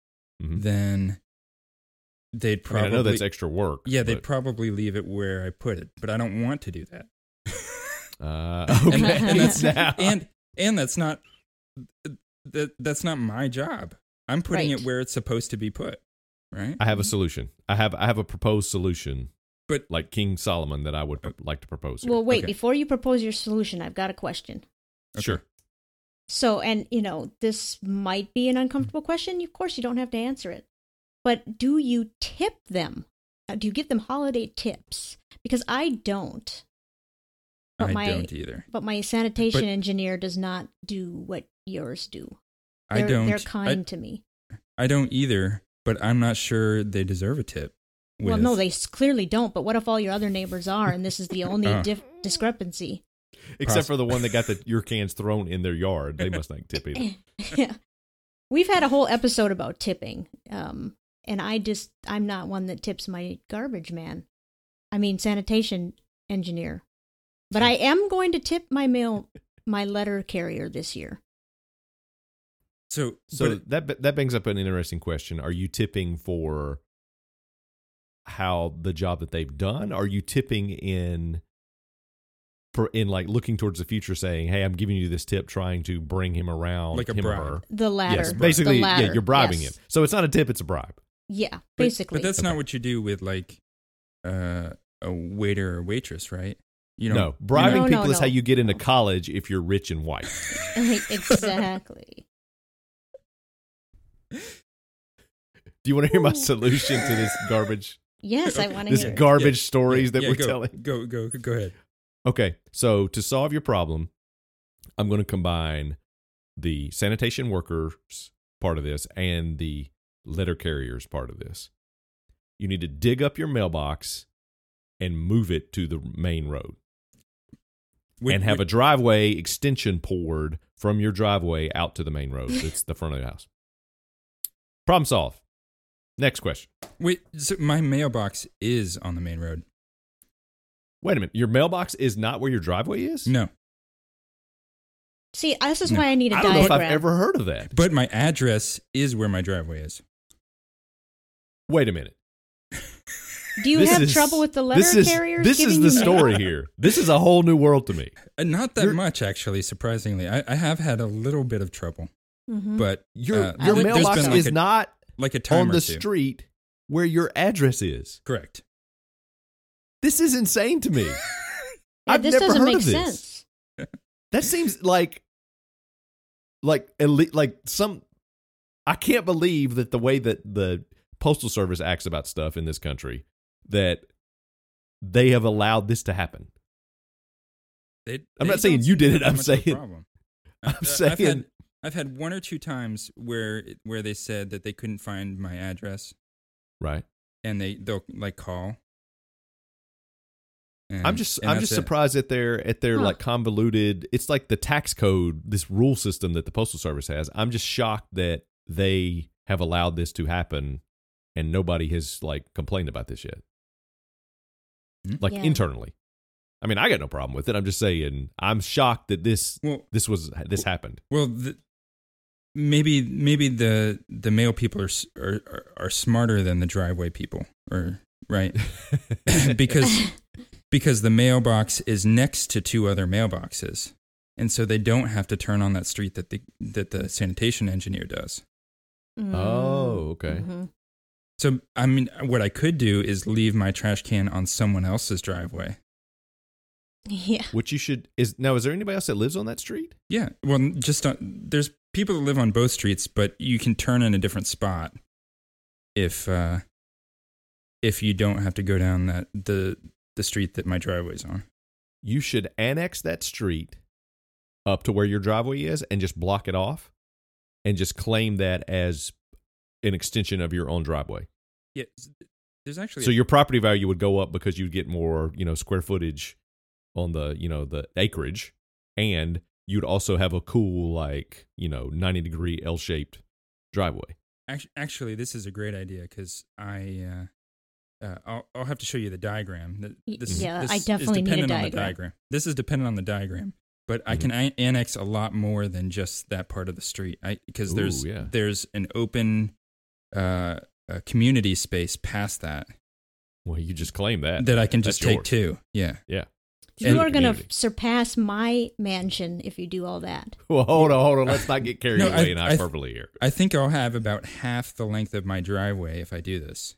Mhm. then they'd I, mean, probably I know that's extra work. yeah they'd but- probably leave it where I put it, but I don't want to do [LAUGHS] that. uh, okay. And, and [LAUGHS] that's now. and and that's not that that's not my job. I'm putting Right. it where it's supposed to be put, right? I have a solution. I have I have a proposed solution, But- Uh, like King Solomon, that I would pro- like to propose. here. Well, wait. Okay. Before you propose your solution, I've got a question. sure. So, and you know, this might be an uncomfortable question. Of course, you don't have to answer it. But do you tip them? Uh, Do you give them holiday tips? Because I don't. But I my- don't either. But my sanitation But- engineer does not do what yours do. I They're- don't. They're I- kind to me. I don't either, but I'm not sure they deserve a tip. Well, with- no, they s- clearly don't. But what if all your other neighbors are, and this is the only [LAUGHS] Uh. dif- discrepancy? Except Poss- for the one that got the your cans thrown in their yard, they must not tip [LAUGHS] either. yeah, we've had a whole episode about tipping, um, and I just I'm not one that tips my garbage man. I mean sanitation engineer, but I am going to tip my mail my letter carrier this year. So So but- that that brings up an interesting question: Are you tipping for how the job that they've done? Are you tipping in for in like looking towards the future, saying, "Hey, I'm giving you this tip, trying to bring him around, Like a him bribe. or her." The latter, Yes, basically, the latter. yeah, you're bribing yes. him. So it's not a tip; it's a bribe. Yeah, But- basically. But, [LAUGHS] that's not what you do with like uh, a waiter or waitress, right? You don't- no, No, bribing no, people is how no. you get into college if you're rich and white. exactly. Do you want to hear my solution to this [LAUGHS] garbage? Yes, [LAUGHS] I want to This hear. it. garbage Yeah, stories that yeah, we're go, telling. Go go go ahead. Okay, so to solve your problem, I'm going to combine the sanitation workers part of this and the letter carriers part of this. You need to dig up your mailbox and move it to the main road Would- and have would- a driveway extension poured from your driveway out to the main [LAUGHS] road. It's the front of the house. Problem solved. Next question. wait. So my mailbox is on the main road. Wait a minute. Your mailbox is not where your driveway is? No, See, this is No. why I need a I don't diagram. know if I've ever heard of that. but my address is where my driveway is. Wait a minute. Do you This have is- trouble with the letter this is, carriers? This is giving the you mail? story here. This is a whole new world to me. Uh, not that You're- much, actually. Surprisingly, I, I have had a little bit of trouble, Mhm. but Your, uh, your there's been mailbox like is a- not like a time on or the two. street where your address is. Correct. This is insane to [LAUGHS] me. Yeah, I've this never doesn't heard make of this. sense. That seems like like elite, like some I can't believe that the way that the postal service acts about stuff in this country that they have allowed this to happen. They, I'm they not saying don't you seem to did it, have I'm much of a saying- problem. [LAUGHS] I'm Uh, I've saying had, I've had one or two times where where they said that they couldn't find my address, right. and they they'll like call. And- I'm just and I'm that's just it. surprised at their at their Huh. like convoluted. It's like the tax code, this rule system that the postal service has. I'm just shocked that they have allowed this to happen, and nobody has like complained about this yet. Hmm. Like Yeah. internally, I mean, I got no problem with it. I'm just saying I'm shocked that this Well, this was this happened. well, the, maybe maybe the the mail people are, s- are are- are smarter than the driveway people, or right? [COUGHS] because because the mailbox is next to two other mailboxes, and so they don't have to turn on that street that the that the sanitation engineer does. Mm. Oh, okay. Mhm. So I mean, what I could do is leave my trash can on someone else's driveway. [LAUGHS] Yeah. Which you should is now. Is there anybody else that lives on that street? Yeah, well, just on, there's people that live on both streets, but you can turn in a different spot if uh, if you don't have to go down that the the street that my driveway's on. You should annex that street up to where your driveway is and just block it off. and just claim that as an extension of your own driveway. Yeah, s- there's actually So your property value would go up because you'd get more, you know, square footage on the, you know, the acreage, and you'd also have a cool, like, you know, ninety degree L shaped driveway. Act- Actually, this is a great idea because I, uh, uh, I'll, I'll have to show you the diagram. Th- Y- This, yeah, I this is definitely need a dependent on the diagram. This is dependent on the diagram, but I Mm-hmm. can an- annex a lot more than just that part of the street. I because there's Ooh, yeah. there's an open, uh, uh, community space past that Well, you just claim that that I can That's just take yours. too. Yeah, Yeah. [LAUGHS] You And- are going to Community. surpass my mansion if you do all that. Well, hold on, hold on. Let's [LAUGHS] not get carried No, I- away in I th- hyperbole here. I think I'll have about half the length of my driveway if I do this.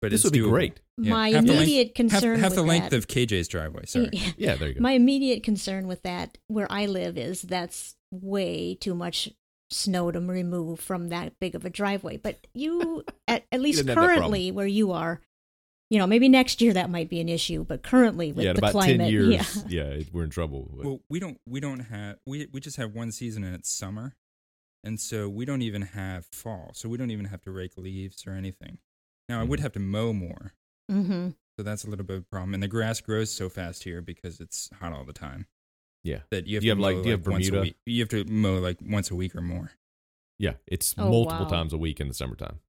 But This it's would be doable. great. My half the immediate length, half- concern half, with the length that- of KJ's driveway. [LAUGHS] Sorry. Yeah. Yeah, there you go. My immediate concern with that, where I live, is that's way too much snow to remove from that big of a driveway. But [LAUGHS] you, at, at least didn't have that problem. currently where you are, you know, maybe next year that might be an issue, but currently with yeah, in the about climate, ten years, yeah. yeah, it- we're in trouble. But- Well, we don't we don't have we we just have one season and it's summer, and so we don't even have fall, so we don't even have to rake leaves or anything. Now I would have to mow more, [LAUGHS] Mm-hmm. so that's a little bit of a problem. And the grass grows so fast here because it's hot all the time yeah, that you have Do you to have, like- mow, do you have once a Bermuda? week. You have to mow like once a week or more. yeah, it's Oh, multiple wow. times a week in the summertime.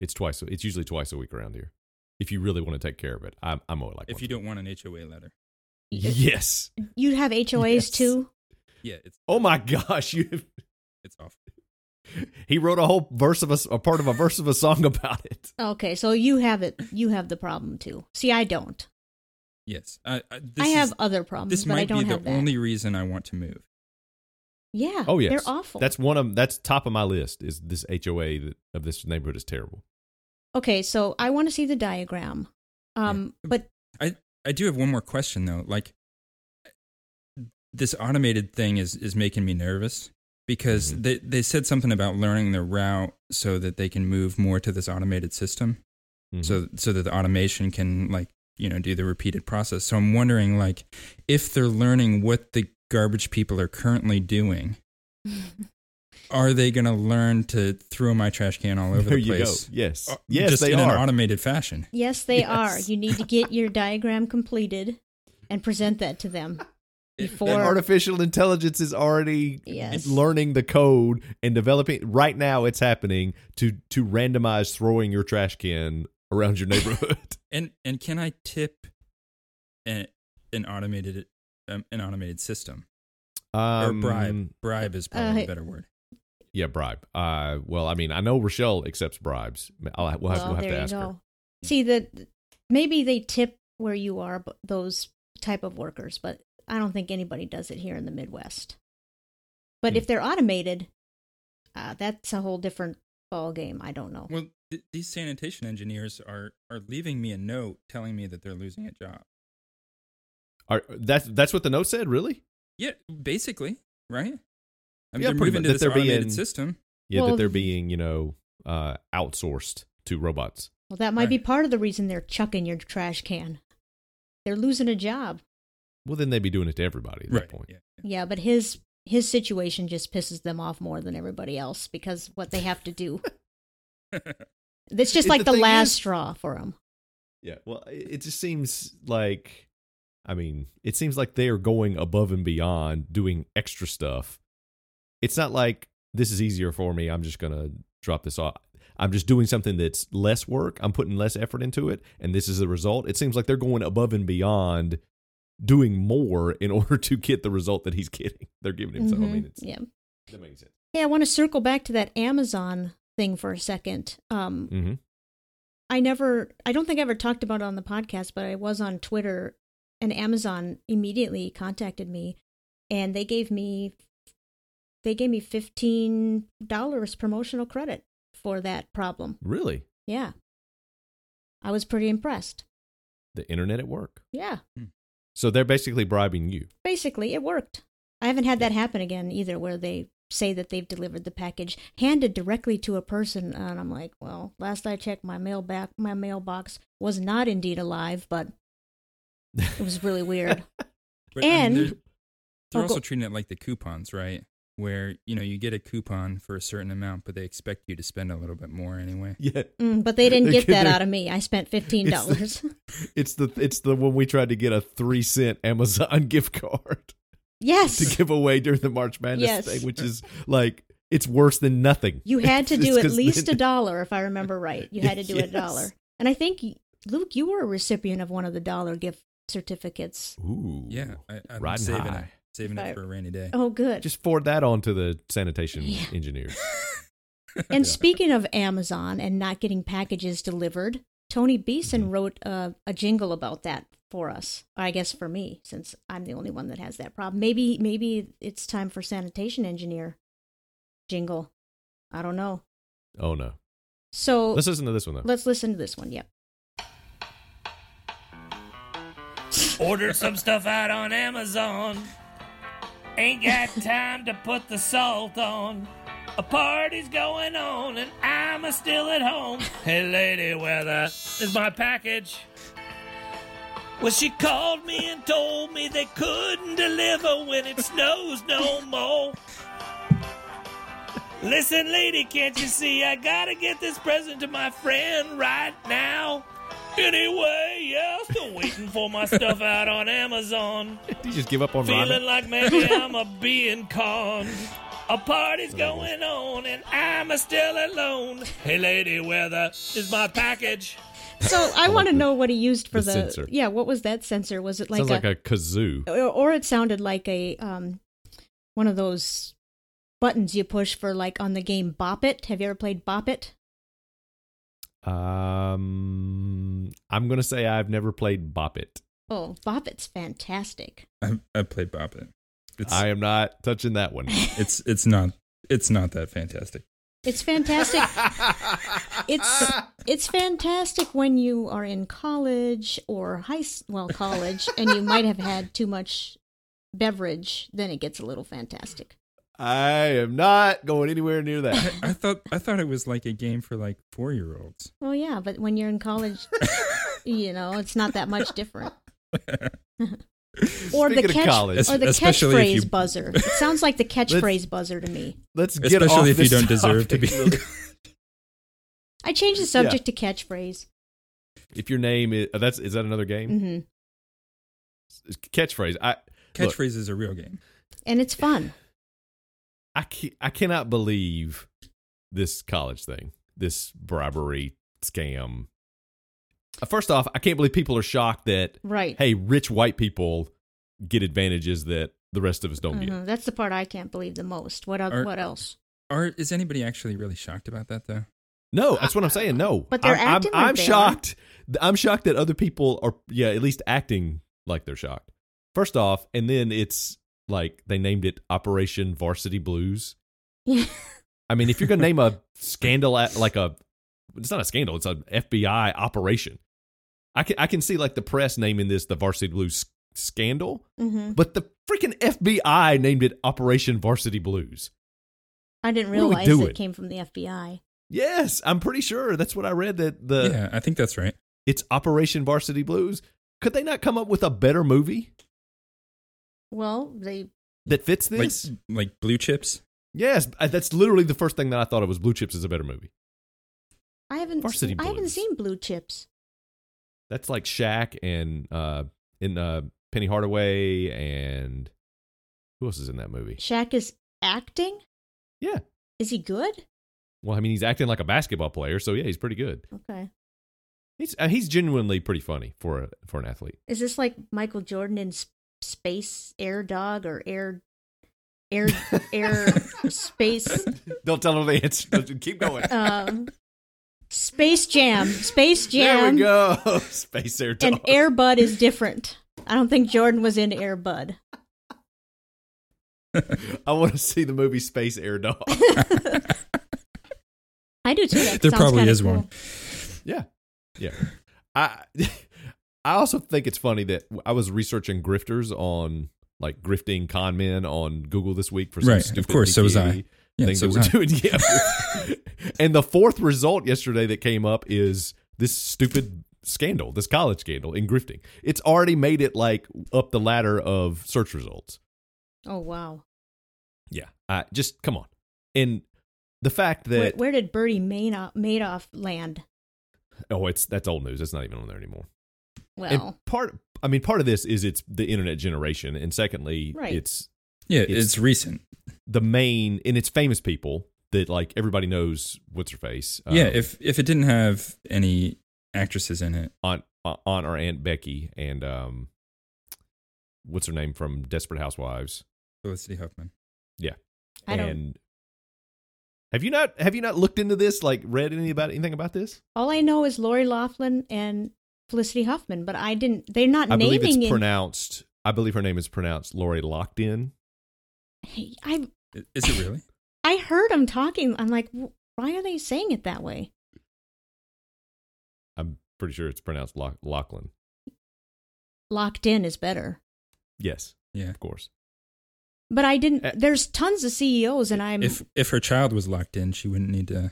It's twice. It's usually twice a week around here. If you really want to take care of it, I'm I'm only like If once you a week. don't want an HOA letter, Yes. You have HOAs Yes. too? yeah, it's Oh my gosh, [LAUGHS] you. it's awful. He wrote a whole verse of a, s- a part of a verse of a song about it. Okay, so you have it. You have the problem too. See, I don't. Yes, I, I, this I have Is, other problems, this but might I don't be the have that. only reason I want to move. yeah. Oh yes, They're awful. That's one of that's top of my list. Is this HOA that, of this neighborhood is terrible? okay, so I want to see the diagram. Um, Yeah. But I I do have one more question though. Like this automated thing is is making me nervous because Mm-hmm. they they said something about learning the route so that they can move more to this automated system. Mhm. So so that the automation can like, you know, do the repeated process. So I'm wondering like if they're learning what the garbage people are [LAUGHS] currently doing, are they going to learn to throw my trash can all over there the you go. place? Yes, Uh, yes, just they in are. an automated fashion. Yes, they are. [LAUGHS] Yes. You need to get your diagram completed and present that to [LAUGHS] them before. And artificial intelligence is already Yes. learning the code and developing. Right now, it's happening to to randomize throwing your trash can around your [LAUGHS] neighborhood. [LAUGHS] And and can I tip an, an automated um, an automated system Um, or bribe? Bribe is uh, probably a better word. Yeah, bribe. Uh, well, I mean, I know Rochelle accepts bribes. I'll, we'll have, well, we'll have there to you ask go. her. See that maybe they tip where you are, but those type of workers. But I don't think anybody does it here in the Midwest. But Hmm. if they're automated, uh, that's a whole different ball game. I don't know. Well, th- these sanitation engineers are are leaving me a note telling me that they're losing a job. Are, that's that's what the note said. Really? Yeah, basically, right? I mean, Yeah, they're pretty moving much, to that this they're automated being- system. Yeah, Well, that they're being you know uh, outsourced to robots. Well, that might be right. part of the reason they're chucking your trash can. They're losing a job. Well, then they'd be doing it to everybody at Right. that point. Yeah. Yeah, but his his situation just pisses them off more than everybody else because what they have to [LAUGHS] do. it's just It- like the the, thing last is- straw for them. Yeah. Well, it it just seems like, I mean, it seems like they are going above and beyond doing extra stuff. It's not like this is easier for me. I'm just going to drop this off. I'm just doing something that's less work. I'm putting less effort into it. And this is the result. It seems like they're going above and beyond doing more in [LAUGHS] order to get the result that he's getting. They're giving him. So, I mean, it's, Mm-hmm. yeah. that makes sense. Hey, I want to circle back to that Amazon thing for a second. Um, Mm-hmm. I never, I don't think I ever talked about it on the podcast, but I was on Twitter and Amazon immediately contacted me and they gave me, they gave me $15 promotional credit for that problem. Really? Yeah. I was pretty impressed. The internet at work. Yeah. So they're basically bribing you. basically it worked. I haven't had that happen again either, where they say that they've delivered the package handed directly to a person, and I'm like, well, last I checked, my mail back, my mailbox was not indeed alive, but it was really weird. But, I [LAUGHS] mean, And- they're, they're Oh, also go- treating it like the coupons, right? where you know you get a coupon for a certain amount, but they expect you to spend a little bit more anyway. Yeah, Mm, but they didn't They get could- that out of me. [LAUGHS] I spent fifteen dollars. [LAUGHS] it's the it's the one we tried to get a three cent Amazon [LAUGHS] gift card yes, to give away during the March Madness Yes. thing, which is like it's worse than nothing. you [LAUGHS] had to It's do at 'cause least then- a dollar, if I remember right. You had to do [LAUGHS] a Yes. dollar, and I think Luke, you were a recipient of one of the dollar gift certificates. Ooh, Yeah, I, I'm Riding saving high. it, saving Right. it for a rainy day. Oh, good. Just forward that on to the sanitation Yeah. engineers. [LAUGHS] and speaking of Amazon and not getting packages delivered, Tony Mm-hmm. Beeson wrote a, a jingle about that for us. I guess for me, since I'm the only one that has that problem. Maybe maybe it's time for sanitation engineer jingle. I don't know. Oh no, So let's listen to this one though. let's listen to this one. [LAUGHS] Yep. Ordered some stuff out on Amazon. Ain't got time to put the salt on. A party's going on and I'm a still at home. Hey lady, where the is my package? Well, she called me and told me they couldn't deliver when it snows no more. Listen, lady, can't you see? I gotta get this present to my friend right now. Anyway, yeah, still waiting for my stuff out on Amazon. Did you just give up on Feeling rhyming? like maybe I'm a being con. A party's going on and I'm a still alone. Hey, lady, where the is my package? So I want to know what he used for Oh, The the, sensor. yeah. What was that sensor? Was it like Sounds a, like a kazoo. or, or it sounded like a um one of those buttons you push for like on the game Bop It. Have you ever played Bop It? Um, I'm gonna say I've never played Bop It. Oh, Bop It's fantastic. I, I played Bop It. It's I am not touching that [LAUGHS] one. it's it's not it's not that fantastic. It's fantastic. it's it's fantastic when you are in college or high s- well college and you might have had too much beverage. Then it gets a little fantastic. I am not going anywhere near that. I thought I thought it was like a game for like four year olds. Well, yeah, but when you're in college, you know, it's not that much different. or the Speaking of catch, college. or the Especially if catchphrase you- buzzer. It sounds like the catchphrase buzzer to me. Let's get Especially off if you this don't deserve to topic be- [LAUGHS] real quick. I changed the subject to catchphrase. if your name is oh, that's is that another game hmm catchphrase. I look, Catchphrase is a real game. And it's fun. I ca- I cannot believe this college thing, this bribery scam. Uh, First off, I can't believe people are shocked that Right. hey, rich white people get advantages that the rest of us don't Mhm. That's the part I can't believe the most. What, el- Or- what else? Or is anybody actually really shocked about that though? get. No, that's what I'm saying. No, But they're I'm, I'm- acting I'm, like they are. shocked. I'm shocked that other people are yeah, at least acting like they're shocked. First off, and then it's like they named it Operation Varsity Blues. [LAUGHS] I mean, if you're going to name a scandal at like a, it's not a scandal. It's an FBI operation. I can I can see like the press naming this the Varsity Blues scandal, hmm but the freaking FBI named it Operation Varsity Blues. I didn't What are we realize doing? it came from the FBI. Yes, I'm pretty sure that's what I read that the yeah, I think that's right. it's Operation Varsity Blues. Could they not come up with a better movie Well, they that fits Like this? like blue chips. yes, I- that's literally the first thing that I thought of was Blue Chips is a better movie. I haven't Varsity I haven't Blues. seen Blue Chips. That's like Shaq and uh in uh Penny Hardaway and who else is in that movie? Shaq is acting? Yeah. Is he good? Well, I mean, he's acting like a basketball player, so yeah, he's pretty good. Okay. He's uh, he's genuinely pretty funny for a, for an athlete. Is this like Michael Jordan in sp- Space Air Dog or Air Air [LAUGHS] Air Space Don't tell him the answer. Keep [LAUGHS] going. um, Space Jam? Space Jam. [LAUGHS] There we go. [LAUGHS] Space Air Dog. [LAUGHS] And Air Bud is different. I don't think Jordan was in Air Bud. I want to see the movie Space Air Dog. I do too. That There sounds probably kinda is cool. one. Yeah. Yeah. I [LAUGHS] I also think it's funny that I was researching grifters on like grifting con men on Google this week for some Right, of stupid course, so was DKE I. Yeah, thing so that was we're I. doing. [LAUGHS] Yeah. and the fourth result yesterday that came up is this stupid scandal, this college scandal in grifting. It's already made it like up the ladder of search results. Oh wow! Yeah. I just come on. And the fact Where, that where did Bertie Madoff, Madoff land? oh, it's that's old news. It's not even on there anymore. Well, And part I mean part of this is it's the internet generation and secondly Right. it's Yeah, It's- it's, recent. the main and it's famous people that like everybody knows what's her face. yeah, um, if if it didn't have any actresses in it, aunt uh, aunt or aunt Becky and um what's her name from Desperate Housewives. Felicity Huffman. I don't. and have you not have you not looked into this like read any about anything about this? All I know is Lori Laughlin and Felicity Huffman, but I didn't. They're not I naming believe it's any- pronounced I believe her name is pronounced Lori Locked In. Hey, I I- Is it really? I heard them talking. I'm like, "W- why are they saying it that way? I'm pretty sure it's pronounced Lock- Lachlan. Locked in is better. Yes, yeah. of course. But I didn't. Uh, there's tons of CEOs, and I'm if if her child was locked in, she wouldn't need to.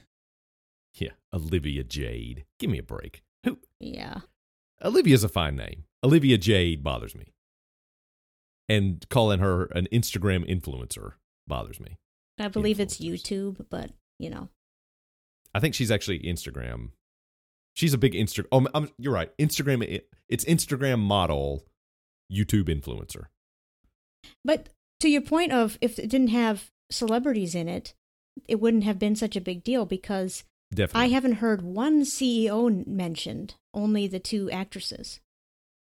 Yeah, Olivia Jade. Give me a break. Who yeah. Olivia's a fine name. Olivia Jade bothers me. And calling her an Instagram influencer bothers me. I believe it's Influencers. YouTube, but you know, I think she's actually Instagram. She's a big Instagram. Oh, I'm, you're right. Instagram. it- It's Instagram model, YouTube influencer. But to your point of if it didn't have celebrities in it, it wouldn't have been such a big deal because I Definitely. haven't heard one CEO n- mentioned, only the two actresses.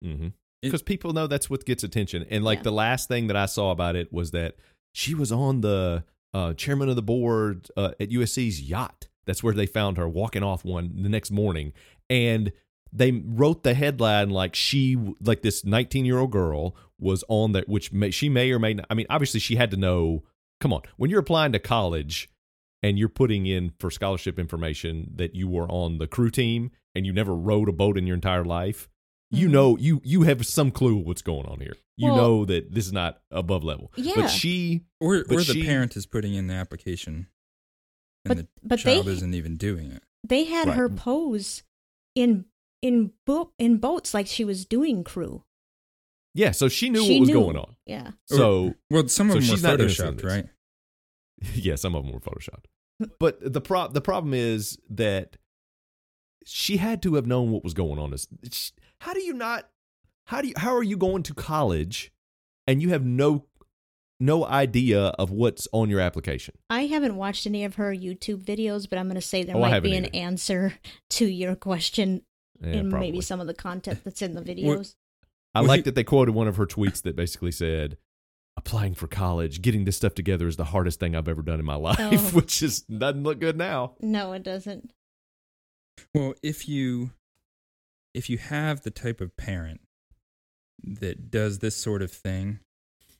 It- Because Mm-hmm. people know that's what gets attention. And like Yeah. the last thing that I saw about it was that she was on the uh, chairman of the board uh, at USC's yacht. That's where they found her walking off one the next morning. And they wrote the headline like she like this 19 year old girl was on that which may, she may or may not i mean obviously she had to know come on when you're applying to college and you're putting in for scholarship information that you were on the crew team and you never rowed a boat in your entire life you Mhm. know you you have some clue what's going on here you Well- know that this is not above level Yeah. but she Or But or the she- parent is putting in the application, and But- the but they- child isn't even doing it. They had Right. Mm. her pose in in bo- in boats like she was doing crew. yeah so she knew She what was knew. going on Yeah. Or- so Well, some so of them were she's not innocent in photoshopped, this. [LAUGHS] right? yeah, some of them were photoshopped. [LAUGHS] But the pro- the problem is that she had to have known what was going on. This- sh- How do you not? How do you? How are you going to college, and you have no no idea of what's on your application? I haven't watched any of her YouTube videos, but I'm going to say there Oh, I might haven't be an either. answer [LAUGHS] to your question Yeah, in probably. maybe some of the content that's in the videos. I Well, like he- that they quoted one of her tweets that basically said, "Applying for college, getting this stuff together is the hardest thing I've ever done in my [LAUGHS] life," Oh. which is doesn't look good now. No, it doesn't. Well, if you if you have the type of parent that does this sort of thing,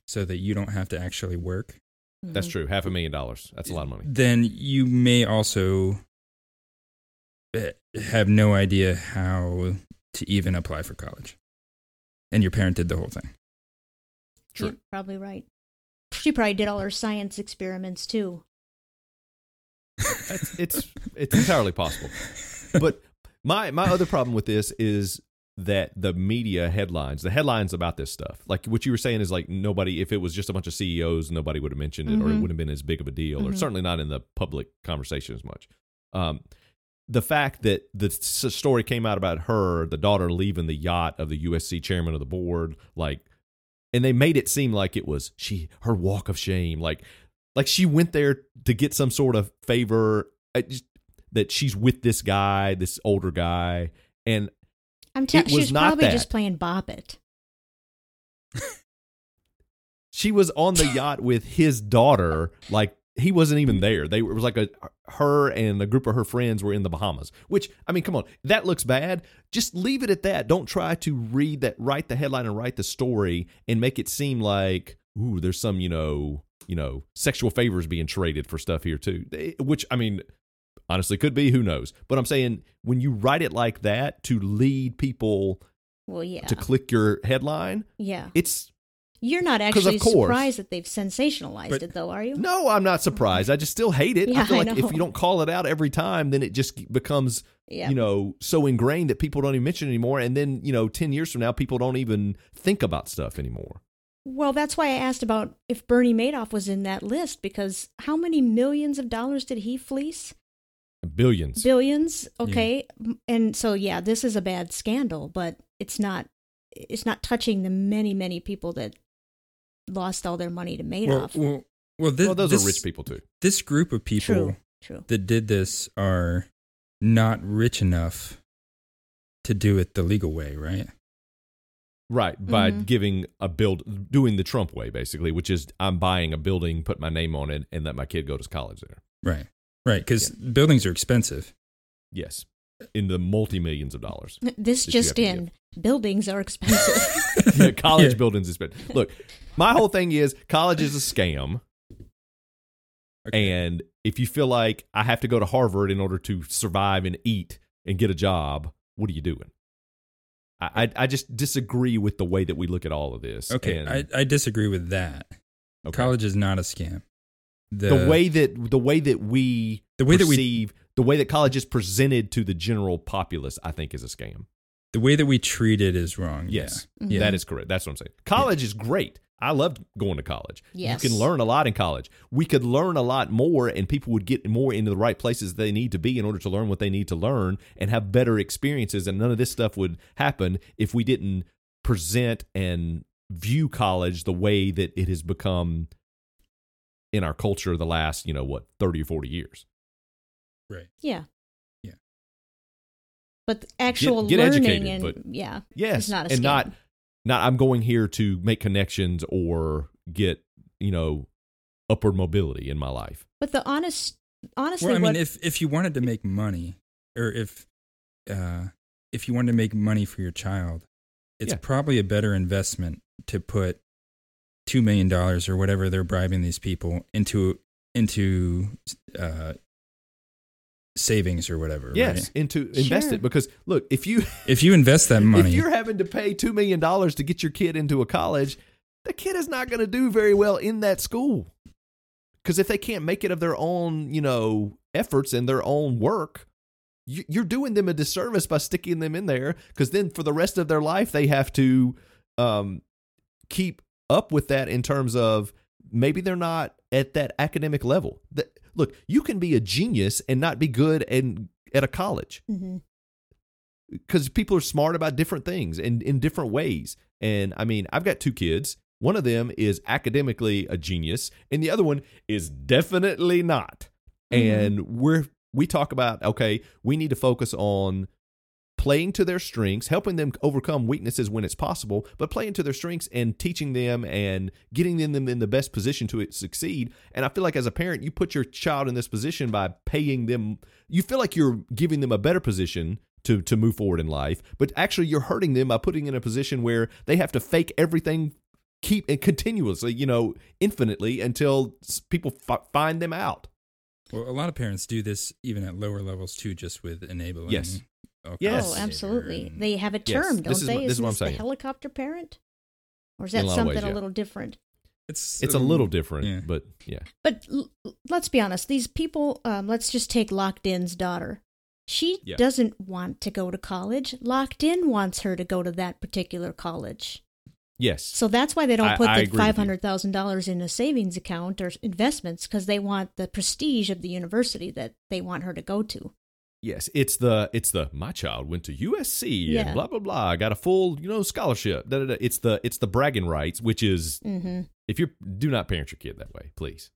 so that you don't have to actually work, That's Mhm. true. Half a million dollars. That's a lot of money. then you may also eh, have no idea how to even apply for college, and your parent did the whole thing. True. You're probably right. She probably did all her science experiments too. It's it's, it's entirely possible. But my my other problem with this is that the media headlines, the headlines about this stuff, like what you were saying is like nobody if it was just a bunch of CEOs, nobody would have mentioned it or it Mhm. wouldn't have been as big of a deal or Mhm. certainly not in the public conversation as much. Um the fact that the s- story came out about her, the daughter leaving the yacht of the USC chairman of the board, like and they made it seem like it was she her walk of shame like like she went there to get some sort of favor I just, that she's with this guy this older guy and I'm telling It she was was not probably that. just playing Bop It. she was on the yacht with his daughter like he wasn't even there they were it was like a her and a group of her friends were in the bahamas which i mean come on that looks bad just leave it at that don't try to read that write the headline and write the story and make it seem like ooh there's some you know you know sexual favors being traded for stuff here too They- which i mean honestly could be who knows but i'm saying when you write it like that to lead people Well, yeah. to click your headline yeah. it's You're not 'Cause of actually course. surprised that they've sensationalized But- it, though, are you? No, I'm not surprised. I just still hate it. I Yeah, feel I like if know. you don't call it out every time, then it just becomes, Yeah. you know, so ingrained that people don't even mention it anymore. And then, you know, 10 years from now, people don't even think about stuff anymore. Well, that's why I asked about if Bernie Madoff was in that list because how many millions of dollars did he fleece? Billions. Billions, okay? M- And so yeah, this is a bad scandal, but it's not it's not touching the many many people that lost all their money to Well, Madoff. well, well, thi- well, those this, are rich people too. This group of people True. True. that did this are not rich enough to do it the legal way, right? Right, by Mhm. giving a build, doing the Trump way, basically, which is I'm buying a building, put my name on it, and let my kid go to college there. Right, right. Because buildings are expensive. Yes, in the multi millions of dollars. This That you have just to in. Buildings [LAUGHS] are expensive. Yeah, college [LAUGHS] Yeah. buildings is bad. Look, my whole thing is college is a scam, Okay. and if you feel like I have to go to Harvard in order to survive and eat and get a job, what are you doing? I I, I just disagree with the way that we look at all of this. Okay, and- I, I disagree with that. Okay. College is not a scam. the, way that the way that we The way that we- perceive, the way that college is presented to the general populace, I think, is a scam. the way that we treat it is wrong. Yes, yeah. Yeah. that is correct. That's what I'm saying. College is great. I loved going to college. Yes. You can learn a lot in college. We could learn a lot more, and people would get more into the right places they need to be in order to learn what they need to learn and have better experiences. And none of this stuff would happen if we didn't present and view college the way that it has become in our culture the last, you know, what, 30 or 40 years. right. yeah. Yeah. But the actual get learning educated, and but- yeah. Yes, It's not a and scam. not not I'm going here to make connections or get you know upward mobility in my life. But the honest honestly Well, I what mean, if if you wanted to make money, or if uh, if you wanted to make money for your child, it's Yeah. probably a better investment to put two million dollars or whatever they're bribing these people into into uh, savings or whatever. Yes, right? into invest Sure. it because look if you If you invest that money, if you're having to pay two million dollars to get your kid into a college, the kid is not going to do very well in that school because if they can't make it of their own you know efforts and their own work. you- You're doing them a disservice by sticking them in there, because then for the rest of their life they have to um, keep up with that in terms of maybe they're not at that academic level. That, look, you can be a genius and not be good and at a college Mhm. because people are smart about different things and in different ways. And I mean, I've got two kids. One of them is academically a genius, and the other one is definitely not. And we're we talk about okay, we need to focus on playing to their strengths, helping them overcome weaknesses when it's possible, but playing to their strengths and teaching them and getting them in the best position to succeed. And I feel like as a parent, you put your child in this position by paying them. You feel like you're giving them a better position to to move forward in life, but actually you're hurting them by putting in a position where they have to fake everything keep and continuously, you know, infinitely until s- people fi- find them out. Well, a lot of parents do this even at lower levels too, just with enabling. Yes. all Yes. Oh, kinds of absolutely. behavior They have a Yes, term, this don't is they? what- this is Isn't what I'm the saying. helicopter parent? Or is In that a lot of something ways, a yeah. little different? and- It's um, It's a little different, Mm-hmm. yeah. but yeah. But l- l- let's be honest. These people, um, let's just take Locked In's daughter. She Yeah. doesn't want to go to college. Locked In wants her to go to that particular college. Yes. So that's why they don't I- put I the agree with you. five hundred thousand dollars in a savings account or s- investments because they want the prestige of the university that they want her to go to. Yes, it's the it's the my child went to USC Yeah. and blah blah blah. Got a full you know scholarship. Da, da, da. It's the it's the bragging rights, which is Mm-hmm. if you are do not parent your kid that way, please.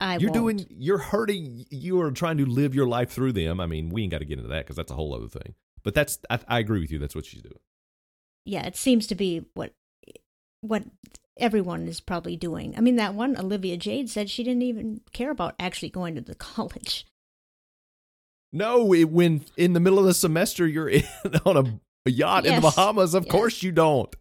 I you're won't. doing you're hurting. You are trying to live your life through them. I mean, we ain't got to get into that because that's a whole other thing. But that's I, I agree with you. That's what she's doing. yeah, it seems to be what what everyone is probably doing. I mean, that one Olivia Jade said she didn't even care about actually going to the [LAUGHS] college. No, it, when in the middle of the semester you're [LAUGHS] in, on a, yacht in the Yes, Bahamas, of yes. course you don't.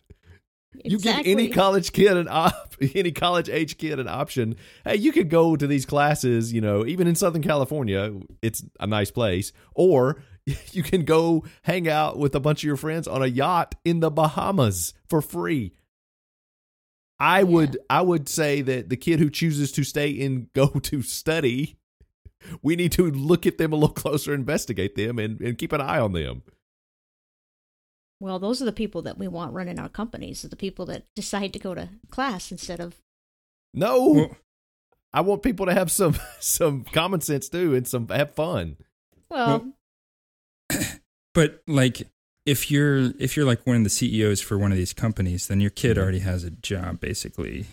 You give any Exactly. college kid an op, [LAUGHS] any college age kid an option. Hey, you could go to these classes. You know, even in Southern California, it's a nice place. Or [LAUGHS] you can go hang out with a bunch of your friends on a yacht in the Bahamas for free. I would, I would say that the kid who chooses to stay and [LAUGHS] go to study, we need [LAUGHS] to look at them a little closer, investigate them, and, and keep an eye on them. Well, those are the people that we want running our companies, are the people that decide to go to class instead of No, Well, I want people to have some [LAUGHS] some common sense too and some have fun. well, Well- but like if you're if you're like one of the CEOs for one of these companies, then your kid Mm-hmm. already has a job basically.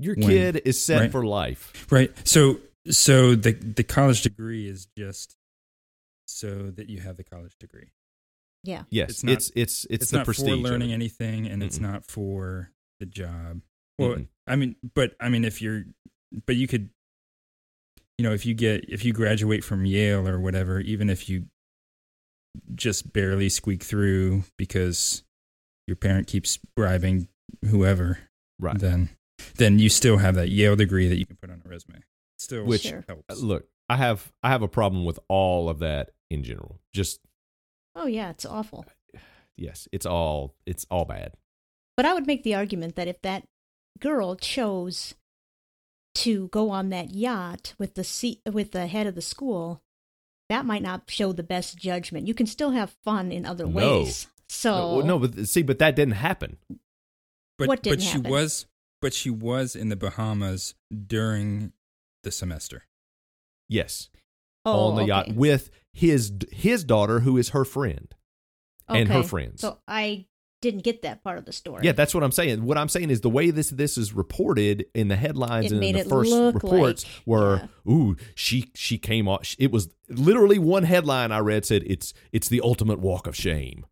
Your When- kid is set right. for life. Right. So so the the college degree is just so that you have the college degree. yeah. Yes, it's It's not- it's it's, It's, the not prestige. for of learning it. anything and it's Mm-mm. not for the job. Well, Mm-mm. I mean, but I mean if you're but you could you know, if you get if you graduate from Yale or whatever, even if you just barely squeak through because your parent keeps bribing whoever, right. then then you still have that Yale degree that you can put on a resume. Still Which- Sure. Uh, helps. Look, I have I have a problem with all of that in general. Just Oh yeah, it's awful. yes, it's all it's all bad. But I would make the argument that if that girl chose to go on that yacht with the C- with the head of the school, that might not show the best judgment. You can still have fun in other No. ways. No, So well, no, but see, but that didn't happen. But What didn't but she happen? was but she was in the Bahamas during the semester. Yes, Oh, on the yacht okay. with his his daughter, who is her friend. and her Okay. friends. So I didn't get that part of the story. Yeah, that's what I'm saying. What I'm saying is the way this this is reported in the headlines It and in made the it first look reports like- were, "Ooh, she she came off." It was literally one headline I read said, "It's it's the ultimate walk of [LAUGHS] shame,"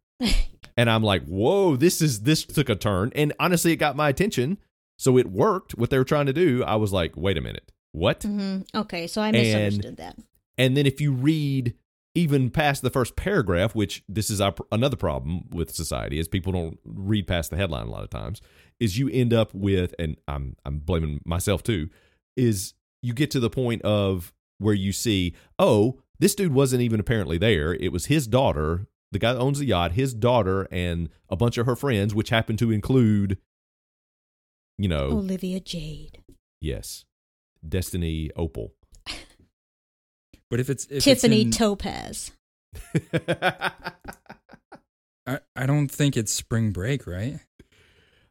and I'm like, "Whoa, this is this took a turn." And honestly, it got my attention, so it worked. What they were trying to do, I was like, "Wait a minute, what?" hmm Okay, so I And- misunderstood that. And then if you read even past the first paragraph, which this is our, another problem with society is people don't read past the headline a lot of times, is you end up with, and I'm I'm blaming myself too, is you get to the point of where you see, oh, this dude wasn't even apparently there. It was his daughter, the guy that owns the yacht, his daughter, and a bunch of her friends, which happened to include, you know, Olivia Jade, yes, Destiny Opal. [LAUGHS] But if it's if it's Tiffany in- Topaz. I, I don't think it's spring break, right?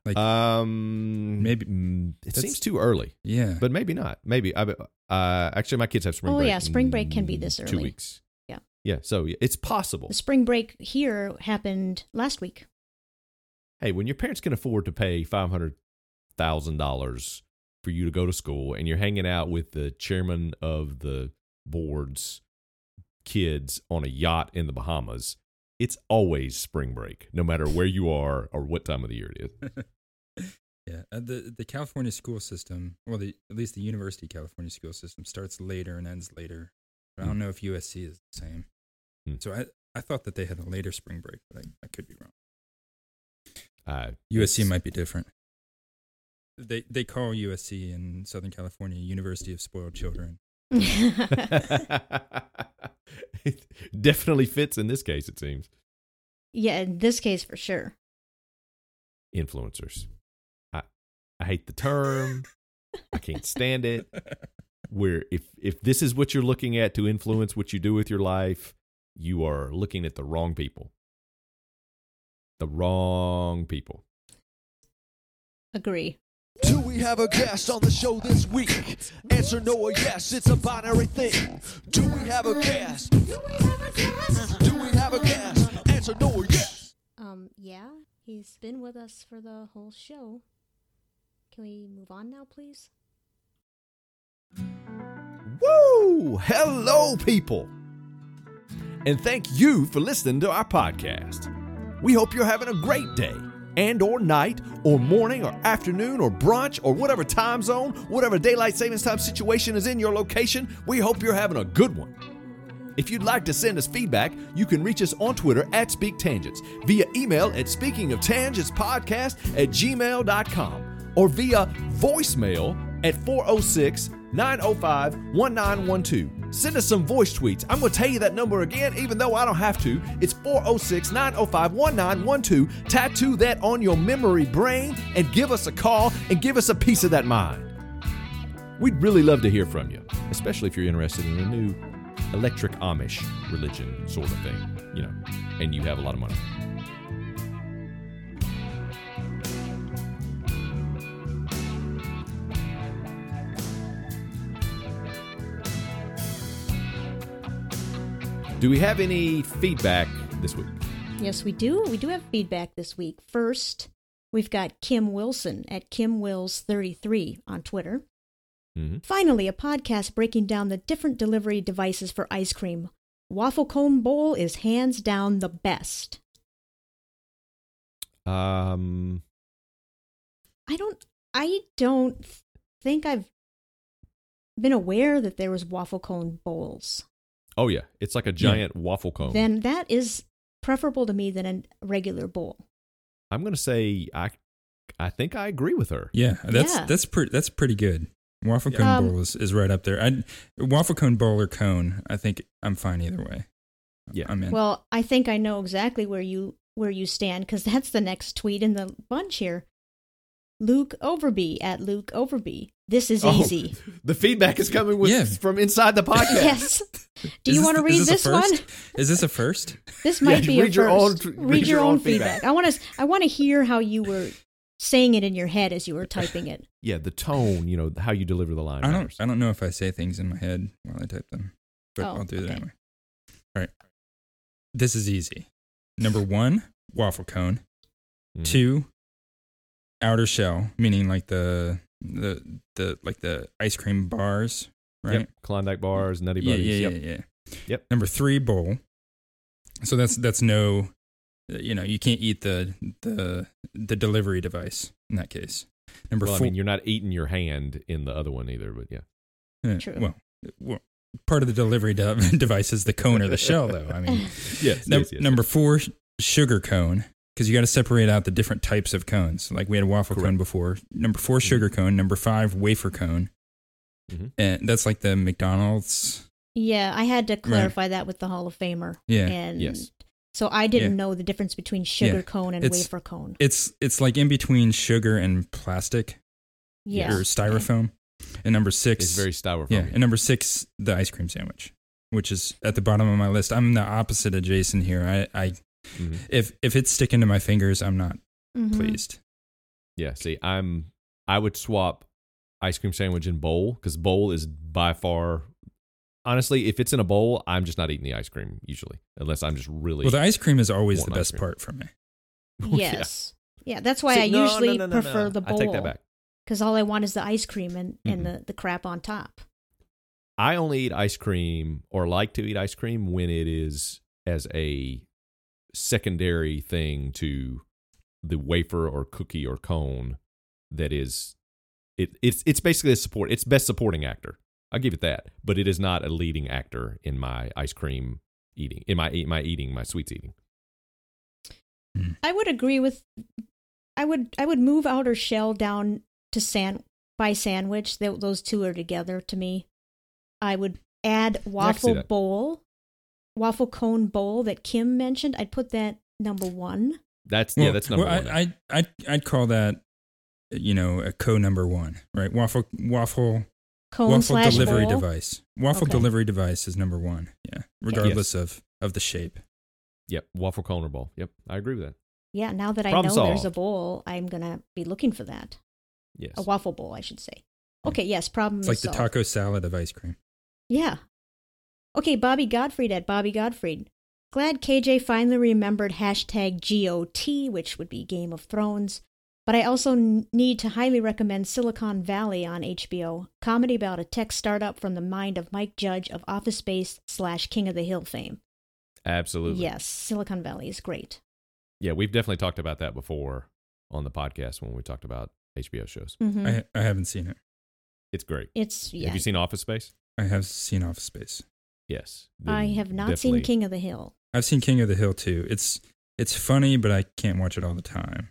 Like- um, Maybe- mm, it that's- seems too early, Yeah. but maybe not. Maybe I. Uh, actually, my kids have spring Oh, break. yeah, spring break can be in this Two early. weeks. Yeah. Yeah. So yeah, it's possible. The spring break here happened last [LAUGHS] week. [LAUGHS] Hey, when your parents can afford to pay five hundred thousand dollars for you to go to school, and you're hanging out with the chairman of the board's kids on a yacht in the Bahamas, it's always spring break, no matter where you are or what time of the year it is. [LAUGHS] yeah. Uh, the the California school system, well, the at least the University of California school system starts later and ends later. But I don't know if USC is the same. Mm. So I I thought that they had a later spring break, but I, I could be wrong. Uh, USC it's- might be different. They they call USC in Southern California University of Spoiled Children. it [LAUGHS] definitely fits in this case, it seems. yeah, in this case for sure. Influencers. I I hate the term. I can't stand it. Where if if this is what you're looking at to influence what you do with your life, you are looking at the wrong people. The wrong people. Agree. Do we have a guest on the show this week? Answer no or yes, it's a binary thing. Do we have a guest? Do we have a guest? Answer no or yes. Um, yeah, he's been with us for the whole show. Can we move on now, please? Woo! Hello, people! And thank you for listening to our podcast. We hope you're having a great day, and or night, or morning, or afternoon, or brunch, or whatever time zone, whatever daylight savings time situation is in your location. We hope you're having a good one. If you'd like to send us feedback, you can reach us on Twitter at SpeakTangents, via email at speakingofTangents.podcast at gmail.com, or via voicemail at 406 905 1912. Send us some voice tweets. I'm going to tell you that number again, even though I don't have to. It's 406 905 1912. Tattoo that on your memory brain and give us a call and give us a piece of that mind. We'd really love to hear from you, especially if you're interested in a new electric Amish religion sort of thing, you know, and you have a lot of money. Do we have any feedback this week? Yes, we do. We do have feedback this week. First, we've got Kim Wilson at Kim Wills33 on Twitter. Mhm. Finally, a podcast breaking down the different delivery devices for ice cream. Waffle Cone Bowl is hands down the best. Um, I don't I don't think I've been aware that there was waffle cone bowls. oh yeah, it's like a giant waffle cone. Then that is preferable to me than a regular bowl. I'm gonna say I, I think I agree with her. Yeah, that's Yeah. that's pretty that's pretty good. Waffle Yeah. cone Um, bowl is, is right up there. I waffle cone bowl or cone, I think I'm fine either way. Yeah. I'm in. Well, I think I know exactly where you where you stand because that's the next tweet in the bunch here. Luke Overby at Luke Overby. This is Oh, easy. The feedback is coming with Yeah. from inside the podcast. [LAUGHS] yes. Do Is you this- want to is read a this, one? first? Is this [LAUGHS] a first? This might Yeah, be read a your own first. tw- read, your, own feedback. I want to. I want to hear how you were saying it in your head as you were typing it. Yeah, the tone, you know, how you deliver the line. I don't matters. I don't know if I say things in my head while I type them, but Oh, I'll do that okay. anyway. All right. This is easy. Number one, waffle cone. Mhm. Two, outer shell, meaning like the the the like the ice cream bars, right? Yep. Klondike bars, Nutty Yeah, Buddies. yeah, yep. yeah, yeah. Yep. Number three bowl. So that's that's no, uh, you know, you can't eat the the the delivery device in that case. Number Well, I four. mean, you're not eating your hand in the other one either, [LAUGHS] but yeah. eh, True. Well, well, part of the delivery de- [LAUGHS] device is the cone or the shell, though. I mean, Yes. Num- yes, yes. number four, sh- sugar cone, because you got to separate out the different types of cones. Like we had a waffle cone before. Number four, Mm-hmm. sugar cone. Number five, wafer cone. Mhm. And that's like the McDonald's. Yeah, I had to clarify that with the Hall of Famer. Yeah. And Yes. So I didn't Yeah. know the difference between sugar Yeah. cone and It's- wafer cone. It's it's like in between sugar and plastic Yeah. or styrofoam. And number six, It's very styrofoam. yeah. And number six, the ice cream sandwich, which is at the bottom of my list. I'm the opposite of Jason here. I, I Mhm. if if it's sticking to my fingers, I'm not Mm-hmm. Mhm. [LAUGHS] pleased. Yeah. See, I'm. I would swap ice cream sandwich and bowl because bowl is by far. Honestly, if it's in a bowl, I'm just not eating the ice cream usually, unless I'm just really. Well, the ice cream is always Want ice the best cream. part for me. Oh, Yeah. Yes. Yeah, that's why See, I no, no, usually no, no, prefer no. the I bowl. take that back. Because all I want is the ice cream and, Mhm. Mm-hmm. and the, the crap on top. I only eat ice cream or like to eat ice cream when it is as a secondary thing to the wafer or cookie or cone that is it it's it's basically a support it's best supporting actor. I'll give it that. But it is not a leading actor in my ice cream eating in my my eating, my sweets eating. Mm-hmm. I would agree with I would I would move outer shell down to san by sandwich. Tho- those two are together to me. I would add waffle that. bowl, waffle cone bowl that Kim mentioned. I'd put that number one. That's yeah, Well, that's number well, one. I, I I I'd call that you know a co number one, right? Waffle waffle Cone waffle slash delivery bowl. device. Waffle Okay. delivery device is number one. Yeah, regardless of of the shape. yep, waffle cone or bowl. Yep, I agree with that. Yeah, now that I know Problem there's a solved. bowl, I'm gonna be looking for that. Yes. Mm. A waffle bowl, I should say. Okay, yes, problem It's like is the solved. taco salad of ice cream. Yeah. Okay, Bobby Gottfried at Bobby Gottfried. Glad KJ finally remembered hashtag GOT, which would be Game of Thrones. But I also n- need to highly recommend Silicon Valley on HBO, comedy about a tech startup from the mind of Mike Judge of Office Space slash King of the Hill fame. Absolutely. Yes, Silicon Valley is great. Yeah, we've definitely talked about that before on the podcast when we talked about HBO shows. Mhm. I I haven't seen it. It's great. it's yeah. Have you seen Office Space? I have seen Office Space. Yes. I Then have not definitely- seen King of the Hill. I've seen King of the Hill too. It's it's funny, but I can't watch it all the time.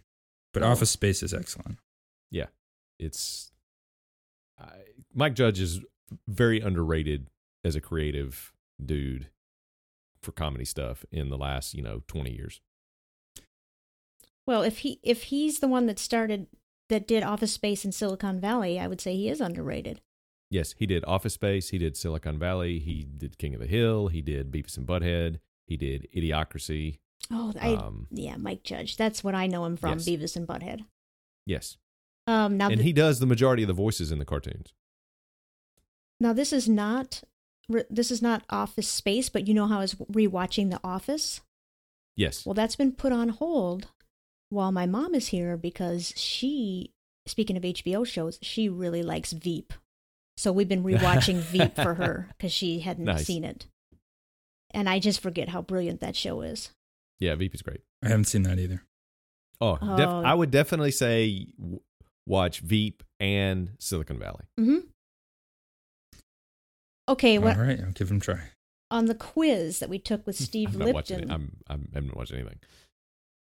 But Oh. Office Space is excellent. Yeah, it's I, Mike Judge is very underrated as a creative dude for comedy stuff in the last you know twenty years. Well, if he if he's the one that started that did Office Space in Silicon Valley, I would say he is underrated. Yes, he did Office Space. He did Silicon Valley. He did King of the Hill. He did Beavis and Butthead. He did Idiocracy. Oh, I Um, yeah, Mike Judge. That's what I know him from, Yes. Beavis and Butthead. Yes, Um, now, and th- he does the majority of the voices in the cartoons. now this is not re- this is not Office Space, but you know how I was rewatching The Office. Yes. Well, that's been put on hold while my mom is here because she, speaking of HBO shows, she really likes Veep. So we've [LAUGHS] been rewatching Veep for her because she hadn't Nice. seen it. And I just forget how brilliant that show is. yeah, Veep is great. I haven't seen that either. Oh, def- Oh. I would definitely say w- watch Veep and Silicon Valley. hmm Okay, All well, right, I'll give him a try. on the quiz that we took with Steve Uh-huh. [LAUGHS] I'm not watching Lipton, it. I'm, I'm, I haven't watched anything.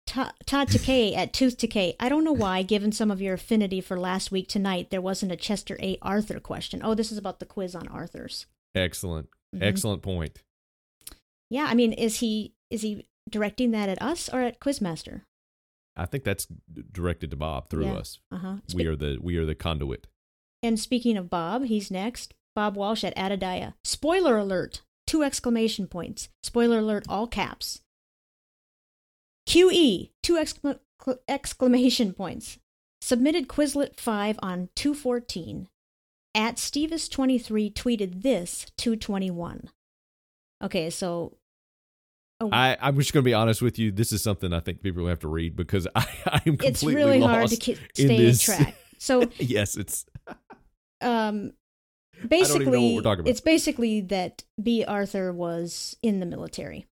Ta- Todd Takei at Tooth Decay. I don't know why, given some of your affinity for last week tonight, there wasn't a Chester A. Arthur question. Oh, this is about the quiz on Arthur's. Excellent. Mhm. Excellent point. Yeah, I mean, is he is he directing that at us or at Quizmaster? I think that's d- directed to Bob through Yeah. us. Uh huh. We are the we are the conduit. and speaking of Bob, he's next. Bob Walsh at Adadiah. Spoiler alert! Two exclamation points. Spoiler alert! All caps. QE. Two excla- cl- exclamation points. Submitted Quizlet five on two fourteen. At Stevis twenty three tweeted this two twenty one. Okay, so Oh. I, I'm just going to be honest with you. This is something I think people have to read because [LAUGHS] I, I am completely it's really lost hard to ki- in stay in this. track. So [LAUGHS] yes, it's even know um what basically we're talking about. it's basically that B. Arthur was in the military.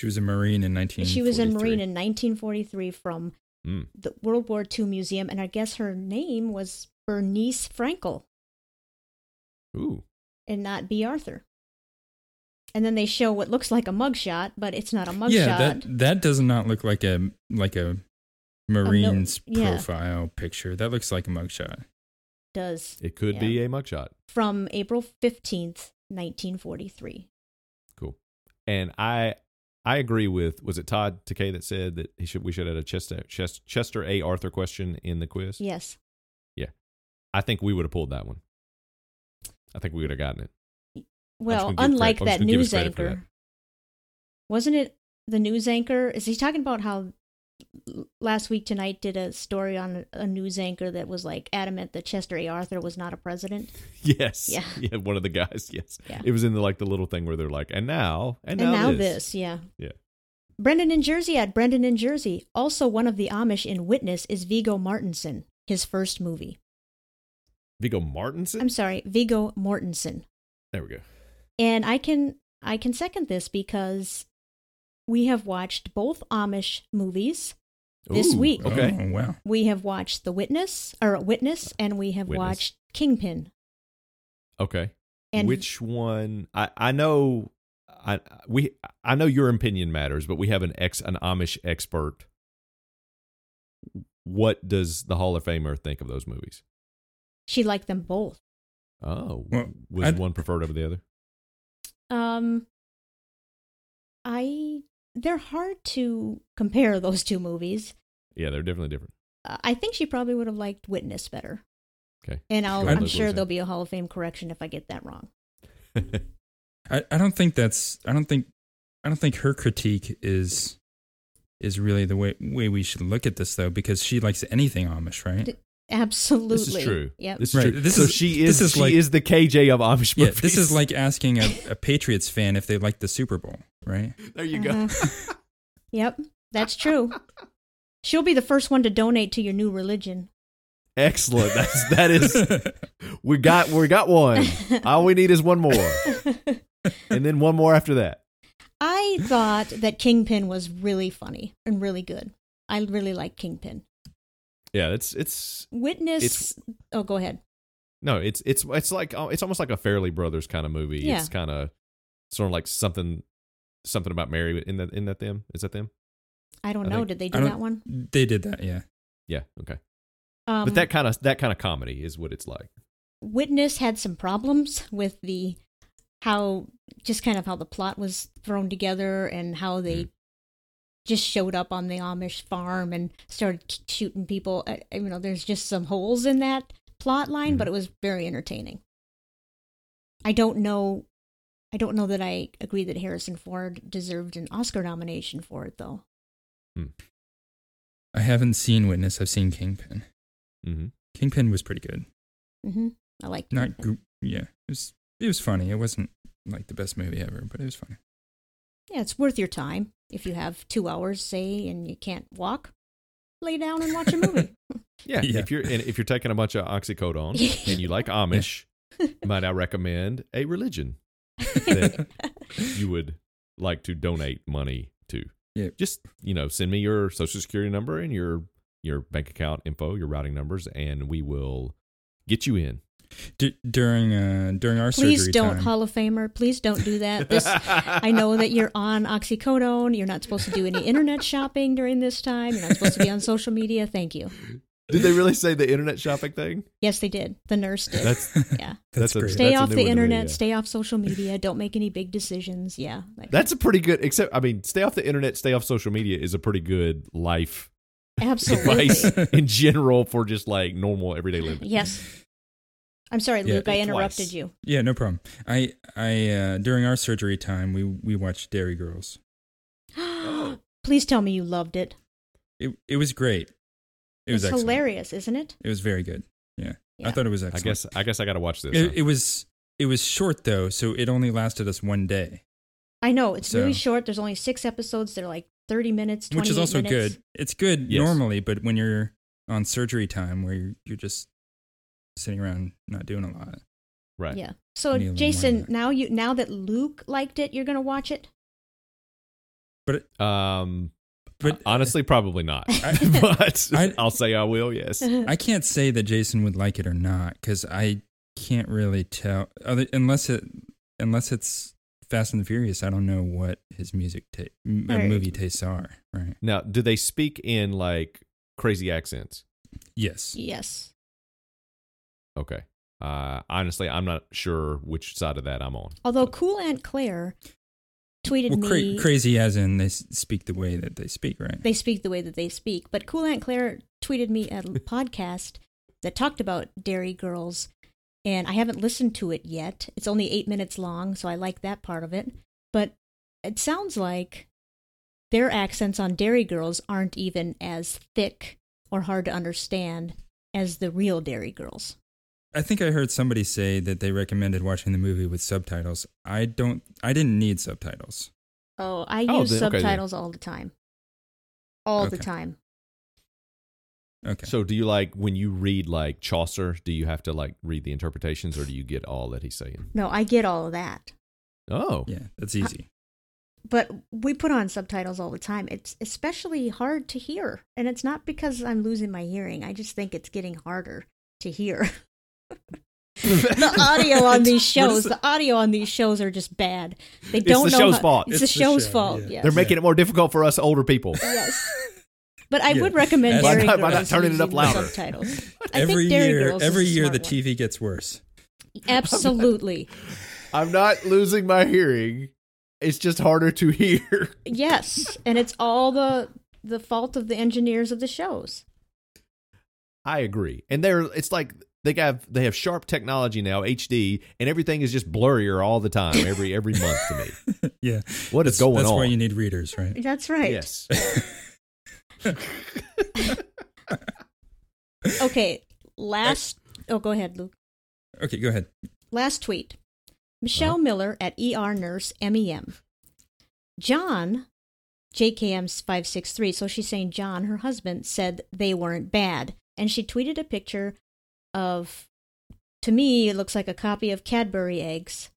She was a Marine in 1943. She was in Marine in 1943 from Mm. the World War II Museum, and I guess her name was Bernice Frankel ooh. and not B. Arthur. And then they show what looks like a mugshot, but it's not a mugshot. Yeah, that that does not look like a like a Marine's yeah. profile picture. That looks like a mugshot. does It could Yeah. be a mugshot. from April 15th, 1943. Cool. And I I agree with was it Todd Takei that said that he should we should have had a Chester Chester, Chester A. Arthur question in the quiz? Yes. I think we would have pulled that one. I think we would have gotten it. Well, gonna give unlike credit- I'm just that gonna give us news credit for that. anchor, wasn't it the news anchor? Is he talking about how l- last week tonight did a story on a news anchor that was like adamant that Chester A. Arthur was not a president? [LAUGHS] Yes. Yeah. Yeah. One of the guys. [LAUGHS] Yes. Yeah. It was in the like the little thing where they're like, and now and, And, now, this. yeah. Yeah. Brendan in Jersey at Brendan in Jersey. Also, one of the Amish in Witness is Vigo Mortensen, his first movie. Vigo Martinson. I'm sorry, Vigo Mortensen. there we go. And I can I can second this because we have watched both Amish movies. This Ooh, week. Okay. Oh, wow. We have watched The Witness or Witness and we have Witness. watched Kingpin. Okay. And Which one? I I know. I we I know your opinion matters, but we have an ex an Amish expert. What does the Hall of Famer think of those movies? she liked them both. Oh, Well, was I'd- one preferred over the other? Um I they're hard to compare those two movies. Yeah, they're definitely different. Uh, I think she probably would have liked Witness better. Okay. And I'll, Sure, I'm that's what sure I'm there'll be a Hall of Fame correction if I get that wrong. I, I don't think that's I don't think I don't think her critique is is really the way way we should look at this though because she likes anything Amish, right? D- Absolutely. This is true. Yep. This is Right, true. this so is- she is this is she like- is the KJ of Amish [LAUGHS] Yeah, movies. this is like asking a, a Patriots fan if they like the Super Bowl, right? [LAUGHS] there you go. Uh-huh. yep, that's true. She'll be the first one to donate to your new religion. Excellent. That's that is [LAUGHS] we got we got one. [LAUGHS] All we need is one more, and then one more after that. I thought that Kingpin was really funny and really good. I really like Kingpin. Yeah, it's it's Witness. It's- oh, go ahead. no, it's it's it's like oh, it's almost like a Fairley Brothers kind of movie. Yeah. It's kind of sort of like something something about Mary in that in that them is that them? I don't I know. think- Did they I do don't- that one? they did that, yeah. Yeah, okay. Um, but that kind of that kind of comedy is what it's like. Witness had some problems with the how just kind of how the plot was thrown together and how they Mm. just showed up on the Amish farm and started t- shooting people. I, I- you know, there's just some holes in that plot line, Mm-hmm. but it was very entertaining. I don't know. I don't know that I agree that Harrison Ford deserved an Oscar nomination for it, though. I haven't seen Witness, I've seen Kingpin. Mm-hmm. Kingpin was pretty good. hmm I like Not goo- yeah, it was It was funny. It wasn't like the best movie ever, but it was funny. Yeah, it's worth your time. If you have two hours, say, and you can't walk, lay down and watch [LAUGHS] a movie. Yeah, Yeah. if you're and if you're taking a bunch of [LAUGHS] oxycodone and you like Amish, might I recommend a religion [LAUGHS] that you would like to donate money to? Yeah. Just you know, send me your social security number and your your bank account info, your routing numbers, and we will get you in. D- during uh, during our Please surgery don't, time, Hall of Famer. Please don't do [LAUGHS] that. This, I know that you're on oxycodone. You're not supposed to do any internet shopping during this time. You're not supposed to be on social media. Thank you. Did they really say the internet shopping thing? Yes, they did. The nurse did. [LAUGHS] That's yeah. that's, a- great. that's Stay a off new the one to me, internet. yeah. Stay off social media. Don't make any big decisions. Yeah. Like, That's a pretty good. Except, I mean, stay off the internet, stay off social media is a pretty good life absolutely. advice [LAUGHS] in general for just like normal everyday living. Yes. I'm sorry, Yeah. Luke. I Twice. interrupted you. [GASPS] yeah, no problem. I I uh, during our surgery time, we we watched Dairy Girls. Please tell me you loved it. It it was great. It was it's excellent. hilarious, isn't it? It was very good. Yeah, Yeah. I thought it was I excellent. guess I guess I got to watch this. huh? it, it was it was short though, so it only lasted us one day, I know it's really So- short. There's only six episodes. They're like 30 minutes, which is 28 also minutes. good. It's good Yes. normally, but when you're on surgery time, where you're, you're just sitting around not doing a lot, right. Yeah. So Need a little more Jason, of that. now you now that Luke liked it, you're gonna watch it. but it, Um, but honestly, probably not. [LAUGHS] I- but I- I, will say I will. [LAUGHS] Yes. [LAUGHS] I can't say that Jason would like it or not because I can't really tell other, unless it unless it's Fast and the Furious. I don't know what his music ta- m- uh Right. movie tastes are. Right? Now, do they speak in like crazy accents? Yes. yes. Okay. Uh, honestly, I'm not sure which side of that I'm on. Although cool Aunt Claire tweeted Well, me, cra- crazy as in they s- speak the way that they speak, right? they speak the way that they speak. But cool Aunt Claire tweeted me a podcast that talked about Dairy Girls, and I haven't listened to it yet. It's only eight minutes long, so I like that part of it. But it sounds like their accents on Dairy Girls aren't even as thick or hard to understand as the real Dairy Girls. I think I heard somebody say that they recommended watching the movie with subtitles. I don't. I didn't need subtitles. Oh, I Oh, use then- okay, then. subtitles all the time. All the Okay. time. Okay. So, do you like when you read like Chaucer? Do you have to like read the interpretations, or do you get all that he's saying? No, I get all of that. Oh, yeah, that's easy. But we put on subtitles all the time. It's especially hard to hear. And it's not because I'm losing my hearing. I just think it's getting harder to hear. [LAUGHS] the [LAUGHS] audio on these shows, the audio on these shows are just bad. They It's don't the know show's how- fault. It's, It's the the show's show, fault. yeah. Yes. they're making it more difficult for us older [LAUGHS] people. [LAUGHS] yes. But I Yeah. would recommend Why Dairy not- why not Girls turning it up using the louder? [LAUGHS] subtitles. I every think Dairy year, Girls is every a year smart the one. TV gets worse. [LAUGHS] Absolutely. I'm not losing my hearing. It's just harder to [LAUGHS] hear. Yes, and it's all the the fault of the engineers of the shows. I agree. And they're it's like they have they have sharp technology now, HD, and everything is just blurrier all the [LAUGHS] time, every every month to me. Yeah. What is that's, going that's on? why you need readers, right? That's right. Yes. Okay. Last. Oh, go ahead, Luke. Okay, go ahead. Last tweet. Michelle Miller at ER Nurse MEM. John, JKM five six three. So she's saying John, her husband, said they weren't bad, and she tweeted a picture of. To me, it looks like a copy of Cadbury eggs,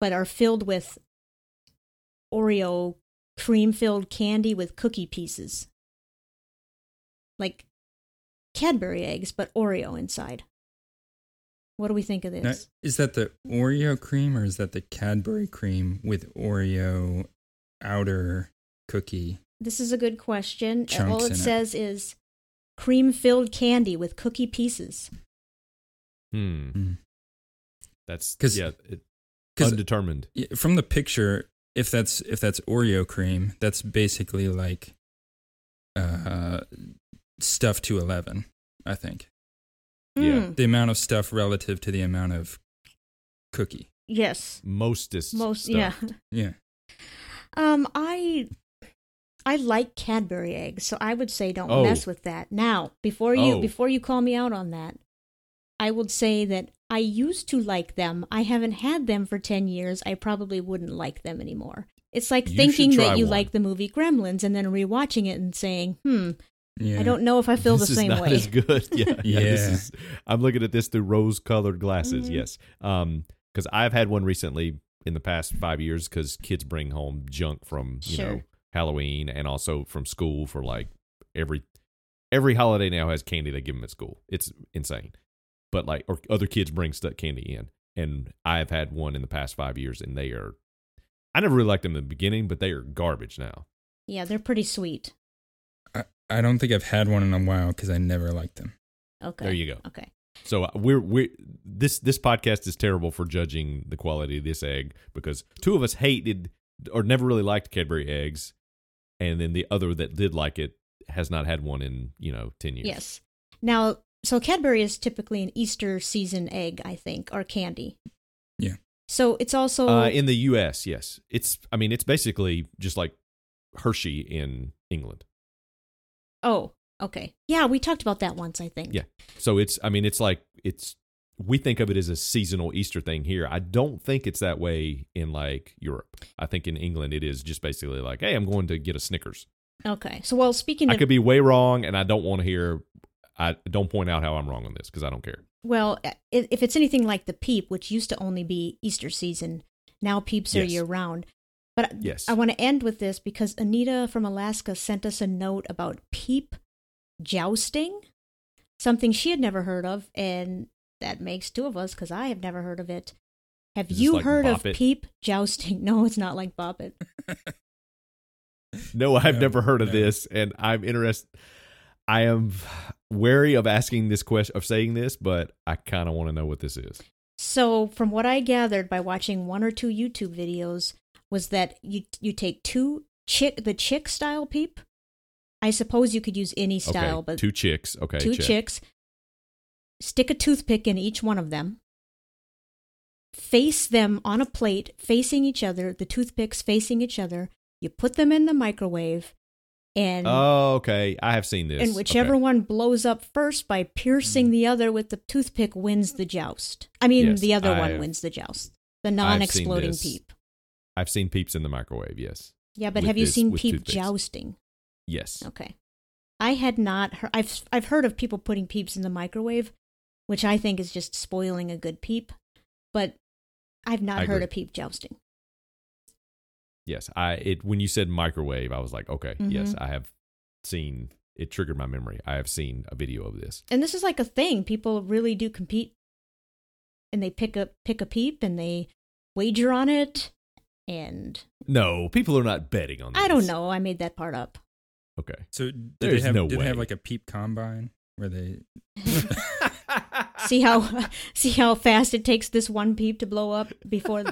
but are filled with Oreo cream filled candy with cookie pieces. Like Cadbury eggs, but Oreo inside. What do we think of this? Now, is that the Oreo cream or is that the Cadbury cream with Oreo outer cookie? This is a good question. Uh, Chunks All in it it. says is cream filled candy with cookie pieces. Hmm. Hmm. Mm. That's 'Cause- yeah, it, 'cause- undetermined. Yeah, From the picture, if that's if that's Oreo cream, that's basically like uh, stuff to eleven. I think Yeah. Mm, the amount of stuff relative to the amount of cookie. Yes. Mostest Most stuff. yeah. Yeah, [LAUGHS] Um I I like Cadbury eggs, so I would say don't Oh. mess with that. Now, before you Oh. before you call me out on that, I would say that I used to like them. I haven't had them for 10 years. I probably wouldn't like them anymore. It's like You should thinking try that you one. like the movie Gremlins and then rewatching it and saying, hmm, Yeah. I don't know if I feel this the same is not way. as [LAUGHS] good. Yeah, yeah. this Yeah. is- I'm looking at this through rose-colored glasses. Mhm. Yes, um, because I've had one recently in the past five years because kids bring home junk from you know Sure. Halloween and also from school for like every every holiday now has candy they give them at school. It's insane, but like or other kids bring stuck candy in, and I've had one in the past five years, and they are. I never really liked them in the beginning, but they are garbage now. Yeah, they're pretty sweet. I, I don't think I've had one in a while because I never liked them. Okay. There you go. Okay. So uh, we're we're this this podcast is terrible for judging the quality of this egg because two of us hated or never really liked Cadbury eggs, and then the other that did like it has not had one in you know ten years. Yes. Now, so Cadbury is typically an Easter season egg, I think, or candy. Yeah. So it's also Uh, in the U.S., yes, it's I mean it's basically just like Hershey in England. Oh, okay. Yeah, we talked about that once, I think. Yeah. So it's I mean it's like it's we think of it as a seasonal Easter thing here. I don't think it's that way in like Europe. I think in England it is just basically like, hey, I'm going to get a Snickers. Okay. So, well, speaking I of could be way wrong, and I don't want to hear. I don't point out how I'm wrong on this because I don't care. Well, i- if it's anything like the peep, which used to only be Easter season, now peeps are Yes. year round. But I- Yes. I want to end with this because Anita from Alaska sent us a note about peep jousting, something she had never heard of, and that makes two of us because I have never heard of it. Have Is this you like heard of Bop It? peep jousting? [LAUGHS] No, it's not like Bop It. No, I've No, never heard of no. this, and I'm interested. I am wary of asking this question, of saying this, but I kind of want to know what this is. So, from what I gathered by watching one or two YouTube videos, was that you you take two chick the chick style peep. I suppose you could use any style, okay, but two chicks. Okay, two check. chicks. Stick a toothpick in each one of them. Face them on a plate, facing each other. The toothpicks facing each other. You put them in the microwave, and Oh, okay. I have seen this. and whichever Okay. Mm. one blows up first by piercing the other with the toothpick wins the joust. I mean, Yes, the other I've- one wins the joust. The non-exploding this. peep. I've seen peeps in the microwave. Yes, Yeah, but with have you this- seen with peep toothpicks. jousting? yes. Okay, I had not. Heard, I've I've heard of people putting peeps in the microwave, which I think is just spoiling a good peep. But I've not I heard agree. of peep jousting. Yes, I it when you said microwave, I was like, okay, yes, Mhm. I have seen. It triggered my memory. I have seen a video of this. and this is like a thing people really do compete and they pick a pick a peep and they wager on it and No, people are not betting on. This. i don't know i made that part up Okay. So did There's they have no did they have way. like a peep combine where they see how [LAUGHS] see how fast it takes this one peep to blow up before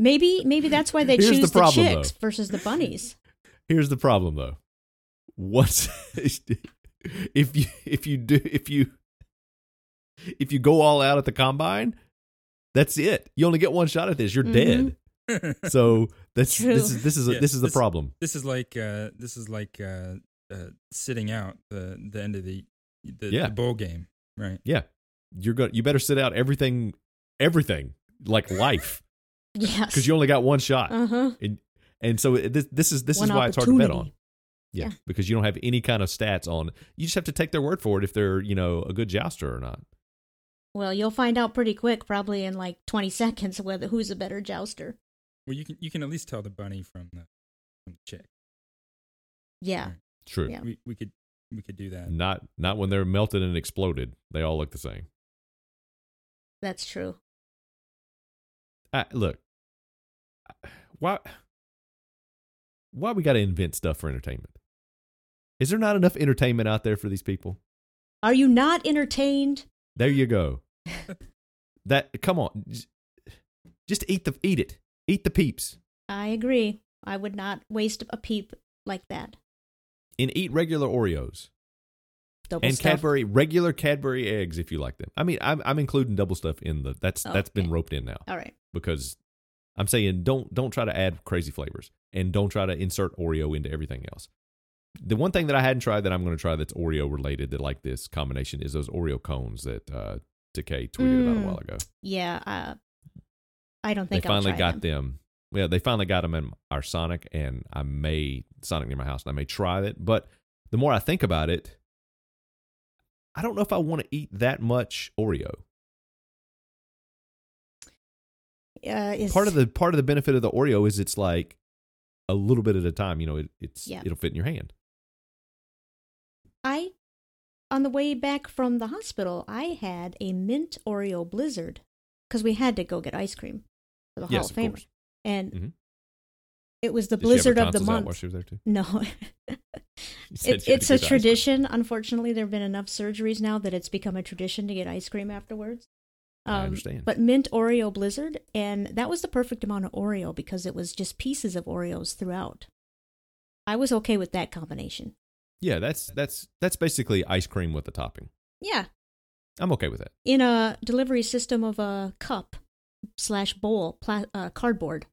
maybe maybe that's why they Here's the choose the, problem, chicks versus [LAUGHS] the bunnies Here's the problem though. Once [LAUGHS] if you if you do if you if you go all out at the combine, that's it. You only get one shot at this. You're Mhm. dead. So that's True. this is this is a, Yeah, this is the this- problem. this is like uh this is like uh, uh sitting out the the end of the the, Yeah. the bowl game right Yeah. You're going to you better sit out everything everything like life yes cuz you only got one shot. uh-huh And and so it- this this is this One is why it's hard to bet on. opportunity. Yeah, Yeah. because you don't have any kind of stats on. You just have to take their word for it if they're, you know, a good jouster or not. well you'll find out pretty quick probably in like 20 seconds whether who's a better jouster well you can you can at least tell the bunny from the from the chick yeah Mm. True. Yeah. we, we could we could do that Not not when they're melted and exploded. They all look the same. that's true I, look, why why we got to invent stuff for entertainment? Is there not enough entertainment out there for these people? are you not entertained There you [LAUGHS] go. that come on, J- just eat the eat it, eat the peeps, i agree i would not waste a peep like that and eat regular Oreos double and stuff. Cadbury regular Cadbury eggs if you like them. I mean, I'm I'm including double stuff in the that's that's been Okay. roped in now. All right. because I'm saying don't don't try to add crazy flavors and don't try to insert Oreo into everything else. The one thing that I hadn't tried that I'm going to try that's Oreo related that like this combination is those Oreo cones that uh, Decay tweeted about a Mm. while ago. Yeah, uh, I don't They think I'll finally try got them. Yeah, they finally got them in our Sonic, and I may Sonic near my house, and I may try it. But the more I think about it, I don't know if I want to eat that much Oreo. Uh, is, part of the part of the benefit of the Oreo is it's like a little bit at a time. You know, it, it's Yeah. it'll fit in your hand. I on the way back from the hospital, I had a mint Oreo blizzard because we had to go get ice cream for the Hall yes, of of Fame, course. and Mhm. it was the Did she have her blizzard of the tonsils out month. while she was there too? [LAUGHS] [LAUGHS] No, You said it, she had it's to a get the ice cream. tradition. Unfortunately, there have been enough surgeries now that it's become a tradition to get ice cream afterwards. Um, I understand. But mint Oreo Blizzard, and that was the perfect amount of Oreo because it was just pieces of Oreos throughout. I was okay with that combination. Yeah, that's that's that's basically ice cream with a topping. Yeah, I'm okay with that. in a delivery system of a cup slash bowl, pla- uh, cardboard.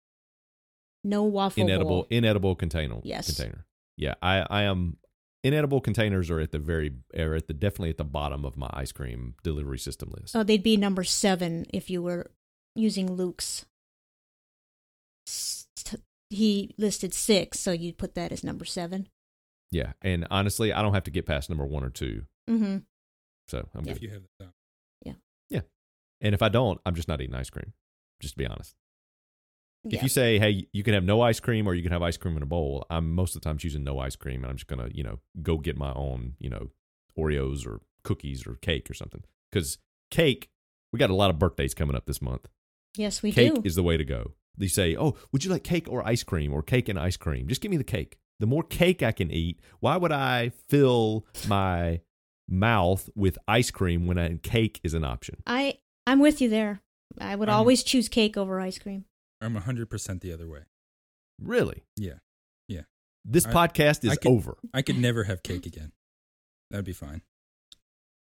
No waffle inedible bowl. inedible container. Yes. Container. Yeah, I I am. Inedible containers are at the very are at the definitely at the bottom of my ice cream delivery system list. So Uh, they'd be number seven if you were using Luke's. S- t- He listed six, so you'd put that as number seven. yeah, and honestly, I don't have to get past number one or two, Mm-hmm. so I'm If good. you have that. And if I don't, I'm just not eating ice cream. Just to be honest. If you say, hey, you can have no ice cream or you can have ice cream in a bowl, I'm most of the time choosing no ice cream and I'm just going to, you know, go get my own, you know, Oreos or cookies or cake or something. Because cake, we got a lot of birthdays coming up this month. yes, we cake do. is the way to go. They say, oh, would you like cake or ice cream or cake and ice cream? Just give me the cake. The more cake I can eat, why would I fill my mouth with ice cream when I, cake is an option? I I'm with you there. I would I'm- always choose cake over ice cream. I'm 100% the other way. Really? Yeah. This I- podcast I is could- over. I could never have cake again. That'd be fine.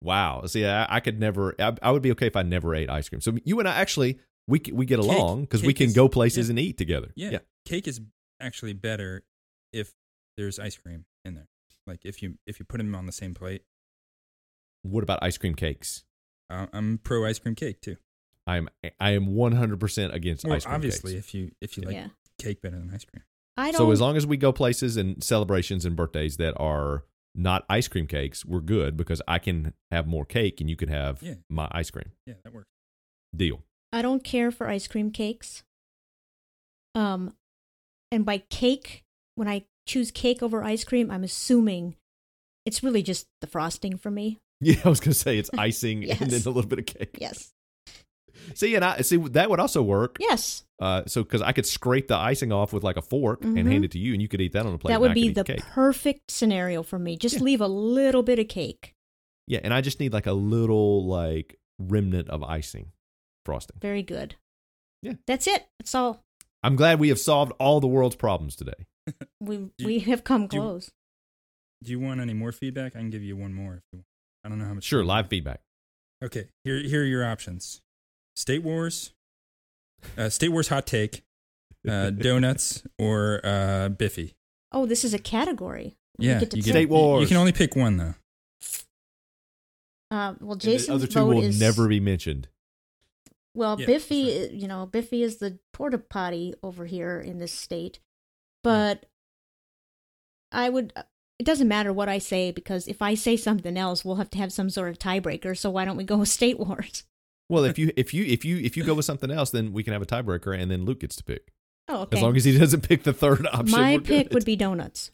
Wow. See, I, I could never. I, I would be okay if I never ate ice cream. So you and I actually we c- we get Cake- along because we cake can is- go places yeah. and eat together. Yeah. Cake is actually better if there's ice cream in there. Like if you if you put them on the same plate. What about ice cream cakes? Uh, I'm pro ice cream cake too. I'm I am 100 percent against Well, ice cream obviously, cakes. if you if you like yeah. cake better than ice cream. I don't So as long as we go places and celebrations and birthdays that are not ice cream cakes, we're good because I can have more cake and you can have Yeah. my ice cream. Yeah, that works. Deal. [LAUGHS] I don't care for ice cream cakes. Um and by cake, when I choose cake over ice cream, I'm assuming it's really just the frosting for me. Yeah, I was gonna say [LAUGHS] it's icing and then Yes. a little bit of cake. Yes. See, and I see that would also work. Yes. Uh, so because I could scrape the icing off with like a fork and Mhm. hand it to you, and you could eat that on a plate. that and I would could be eat the cake. perfect scenario for me. Just leave a little bit of cake. yeah, and I just need like a little like remnant of icing frosting. Very good. Yeah. That's it. That's all. I'm glad we have solved all the world's problems today. We Do- we have come do- close. Do you want any more feedback? I can give you one more if you want. I don't know how much. Sure, live feedback. Okay, here here are your options: State Wars, uh, State Wars hot take, [LAUGHS] uh, donuts, or uh, Biffy. Oh, this is a category. We Yeah, get to you pick. State Wars. You can only pick one though. Uh, well, And the Jason's other two vote will is never be mentioned. well. Yeah, Biffy, eh, that's you know, Biffy is the porta potty over here in this state, but I would. uh, It doesn't matter what I say because if I say something else, we'll have to have some sort of tiebreaker. So why don't we go with State [LAUGHS] Wars? Well, if you if you if you if you go with something else, then we can have a tiebreaker, and then Luke gets to pick. Oh, okay. As long as he doesn't pick the third [LAUGHS] option, my we're pick good. would be donuts.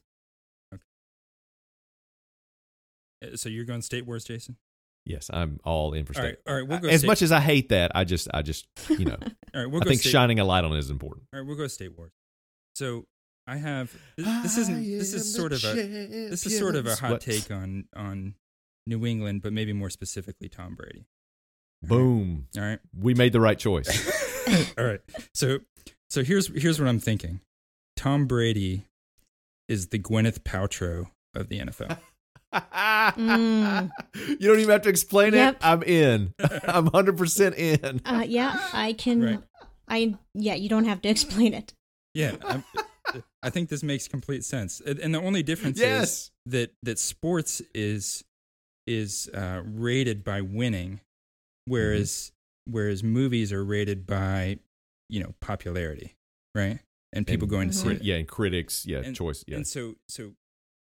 Uh, So you're going State Wars, Jason. yes. I'm all in for All state. right, all right, we'll go. as state, much as I hate that, I just I just you know all right, [LAUGHS] we'll I go think state, shining a light on it is important. All right, we'll go State Wars. So I have this, this isn't this is sort of a this is sort of a hot What? take on on New England, but maybe more specifically Tom Brady. Boom. All right. We made the right [LAUGHS] choice. [COUGHS] All right. So so here's here's what I'm thinking. Tom Brady is the Gwyneth Paltrow of the NFL. [LAUGHS] Mm. You don't even have to explain Yep. it. I'm [LAUGHS] in. I'm 100% in. Uh, yeah, I can. Right. I yeah, you don't have to [LAUGHS] explain it. Yeah. I'm, I think this makes complete sense. And and the only difference Yes. is that that sports is is uh, rated by winning Mm-hmm. whereas whereas movies are rated by you know popularity, right? And people And going to see Crit- it. yeah, and critics, yeah, and, choice, yeah. And so so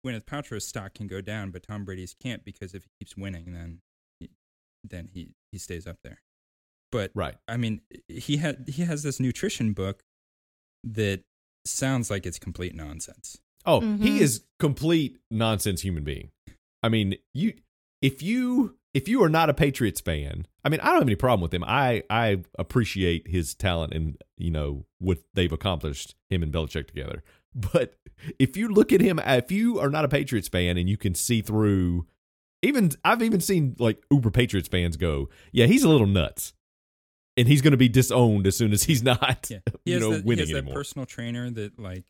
Gwyneth Paltrow's stock can go down, but Tom Brady's can't because if he keeps winning, then he, then he he stays up there. But right. I mean, he had he has this nutrition book that sounds like it's complete nonsense. Oh, Mhm. he is complete nonsense human being. I mean, you if you if you are not a Patriots fan, I mean, I don't have any problem with him. I I appreciate his talent and you know what they've accomplished him and Belichick together. But if you look at him, if you are not a Patriots fan and you can see through, even I've even seen like uber Patriots fans go, yeah, he's a little nuts, and he's going to be disowned as soon as he's [LAUGHS] not, Yeah, you he has, know, that, he winning has that anymore. personal trainer that like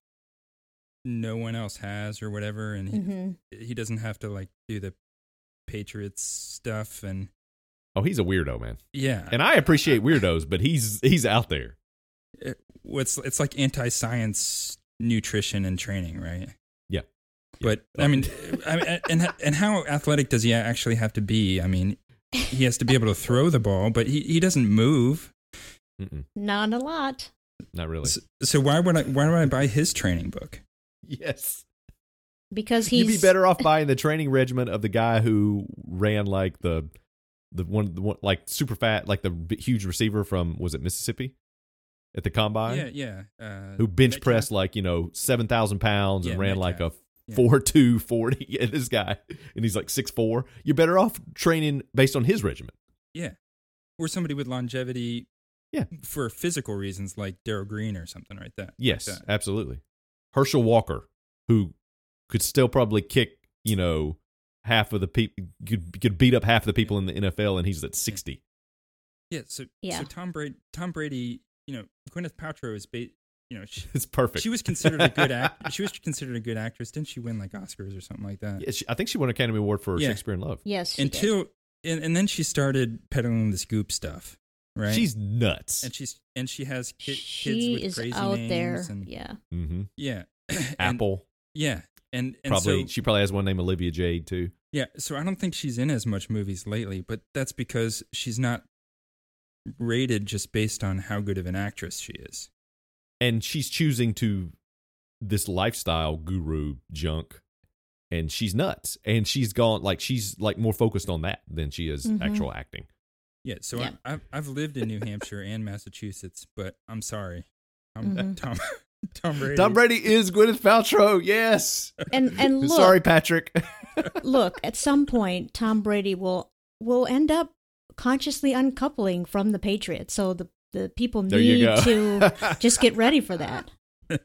no one else has or whatever, and he, hmm he doesn't have to like do the Patriots stuff and oh, he's a weirdo, man. yeah, And I appreciate weirdos, but he's he's out there. it- it's it's like anti-science nutrition and training, right? Yeah. But [LAUGHS] I mean, I mean, and and how athletic does he actually have to be? I mean, he has to be able to throw the ball, but he, he doesn't move. Mm-mm, Not a lot. not really. So, so why would I why would I buy his training book? Yes, Because he's. you'd be better off buying the training regimen of the guy who ran like the the one, the one like super fat, like the b- huge receiver from was it Mississippi at the combine Yeah, yeah. Uh, who bench Metcalf? pressed like you know seven thousand pounds and Yeah, ran like a Metcalf. Yeah. four two forty. [LAUGHS] Yeah, this guy, and he's like six four. You're better off training based on his regimen. Yeah, or somebody with longevity. Yeah. For physical reasons, like Daryl Green or something like that. like Yes, that. absolutely. Herschel Walker, who could still probably kick, you know, half of the people could could beat up half of the people in the NFL, and he's at sixty. [LAUGHS] Yeah. So Yeah. so Tom Brady Tom Brady, you know, Gwyneth Paltrow is ba- you know, she, It's perfect. she was considered [LAUGHS] a good act. She was considered a good actress. Didn't she win like Oscars or something like that? Yeah, she- I think she won an Academy Award for Yeah. Shakespeare in Love. Yes. she did. Until and, and then she started peddling this goop stuff, right? She's nuts. and she's and she has ki- she kids with is crazy out names there. and Yeah. hmm yeah, [CLEARS THROAT] And- Apple yeah, and, and probably. so, she probably has one named Olivia Jade too. yeah. So I don't think she's in as much movies lately, but that's because she's not rated just based on how good of an actress she is. and she's choosing to this lifestyle guru junk and she's nuts and she's gone like she's like more focused on that than she is Mm-hmm. Mhm. actual acting Yeah, so Yeah. I, I've I've lived in New Hampshire and Massachusetts, but I'm sorry, Tom Mhm. [LAUGHS] Tom Tom Brady. tom brady is gwyneth paltrow yes And and look, [LAUGHS] sorry patrick look. At some point, Tom Brady will will end up consciously uncoupling from the Patriots. So the the people There you need go. to [LAUGHS] just get ready for that. There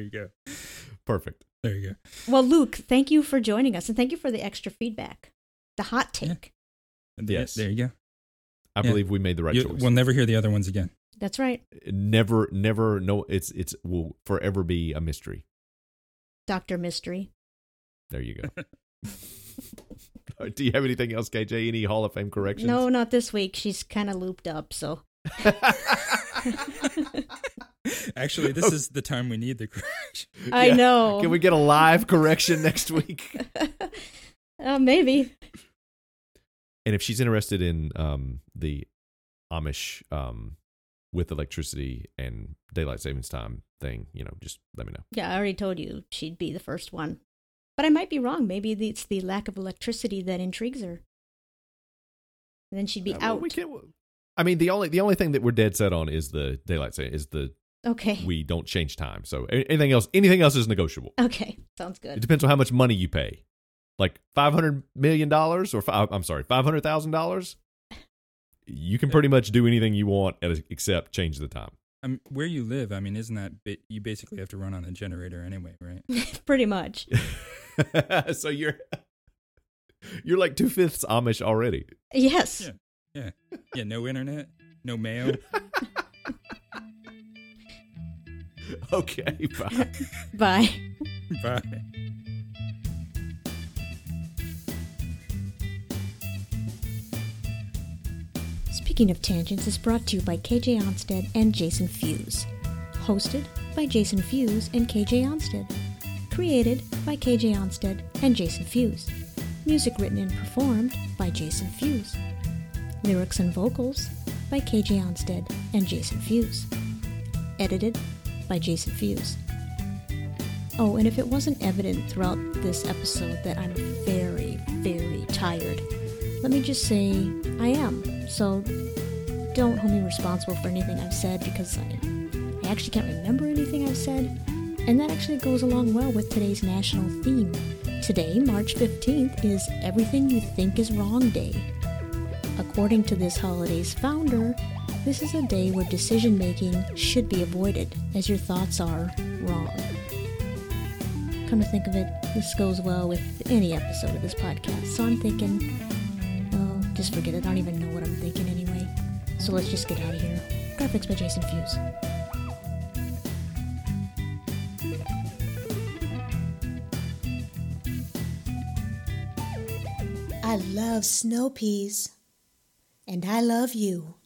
you go. perfect There you go. Well, Luke, thank you for joining us, and thank you for the extra feedback, the hot Yeah. take. And th- Yes. There you go. i Yeah. believe we made the right You- choice we'll never hear the other ones again. That's right, never never no it's it's will forever be a mystery Doctor Mystery. there [LAUGHS] you go [LAUGHS] do you have anything else kj any hall of fame corrections [LAUGHS] No, not this week. She's kind of looped up. So [LAUGHS] Actually, this is the time we need the correction. I Yeah. know. can we get a live correction next week [LAUGHS] uh, maybe. and if she's interested in um, the Amish um, with electricity and daylight savings time thing, you know, just let me know. Yeah, I already told you she'd be the first one. But I might be wrong. Maybe the- it's the lack of electricity that intrigues her. And then she'd be Uh, well, out. We can. I mean, the only the only thing that we're dead set on is the daylight saving is [LAUGHS] the okay. we don't change time. So a- anything else, anything else is negotiable. okay. Sounds It good. depends on how much money you pay, like five hundred million dollars or five, I'm sorry, five hundred thousand dollars. You can pretty much do anything you want at- except change the time. [LAUGHS] [LAUGHS] Um, where you live, I mean, isn't that ba- you basically have to run on a generator anyway, right? [LAUGHS] Pretty much. so you're [LAUGHS] you're like two fifths Amish [LAUGHS] already. Yes. Yeah. Yeah. Yeah. No internet, no mail. [LAUGHS] Okay, bye. Bye. [LAUGHS] Bye. Speaking of Tangents is brought to you by KJ Onstead and Jason Fuse. Hosted by Jason Fuse and KJ Onstead. Created by KJ Onstead and Jason Fuse. Music written and performed by Jason Fuse. Lyrics and vocals by KJ Onsted and Jason Fuse. Edited by Jason Fuse. Oh, and if it wasn't evident throughout this episode that I'm very, very tired, let me just say I am. So don't hold me responsible for anything I've said because I, I actually can't remember anything I've said. And that actually goes along well with today's national theme. Today, March 15th, is Everything You Think Is Wrong Day. According to this holiday's founder, this is a day where decision making should be avoided, as your thoughts are wrong. Come to think of it, this goes well with any episode of this podcast, so I'm thinking, well, just forget it. I don't even know what I'm thinking anyway. So let's just get out of here. Graphics by Jason Fuse. I love snow peas. And I love you.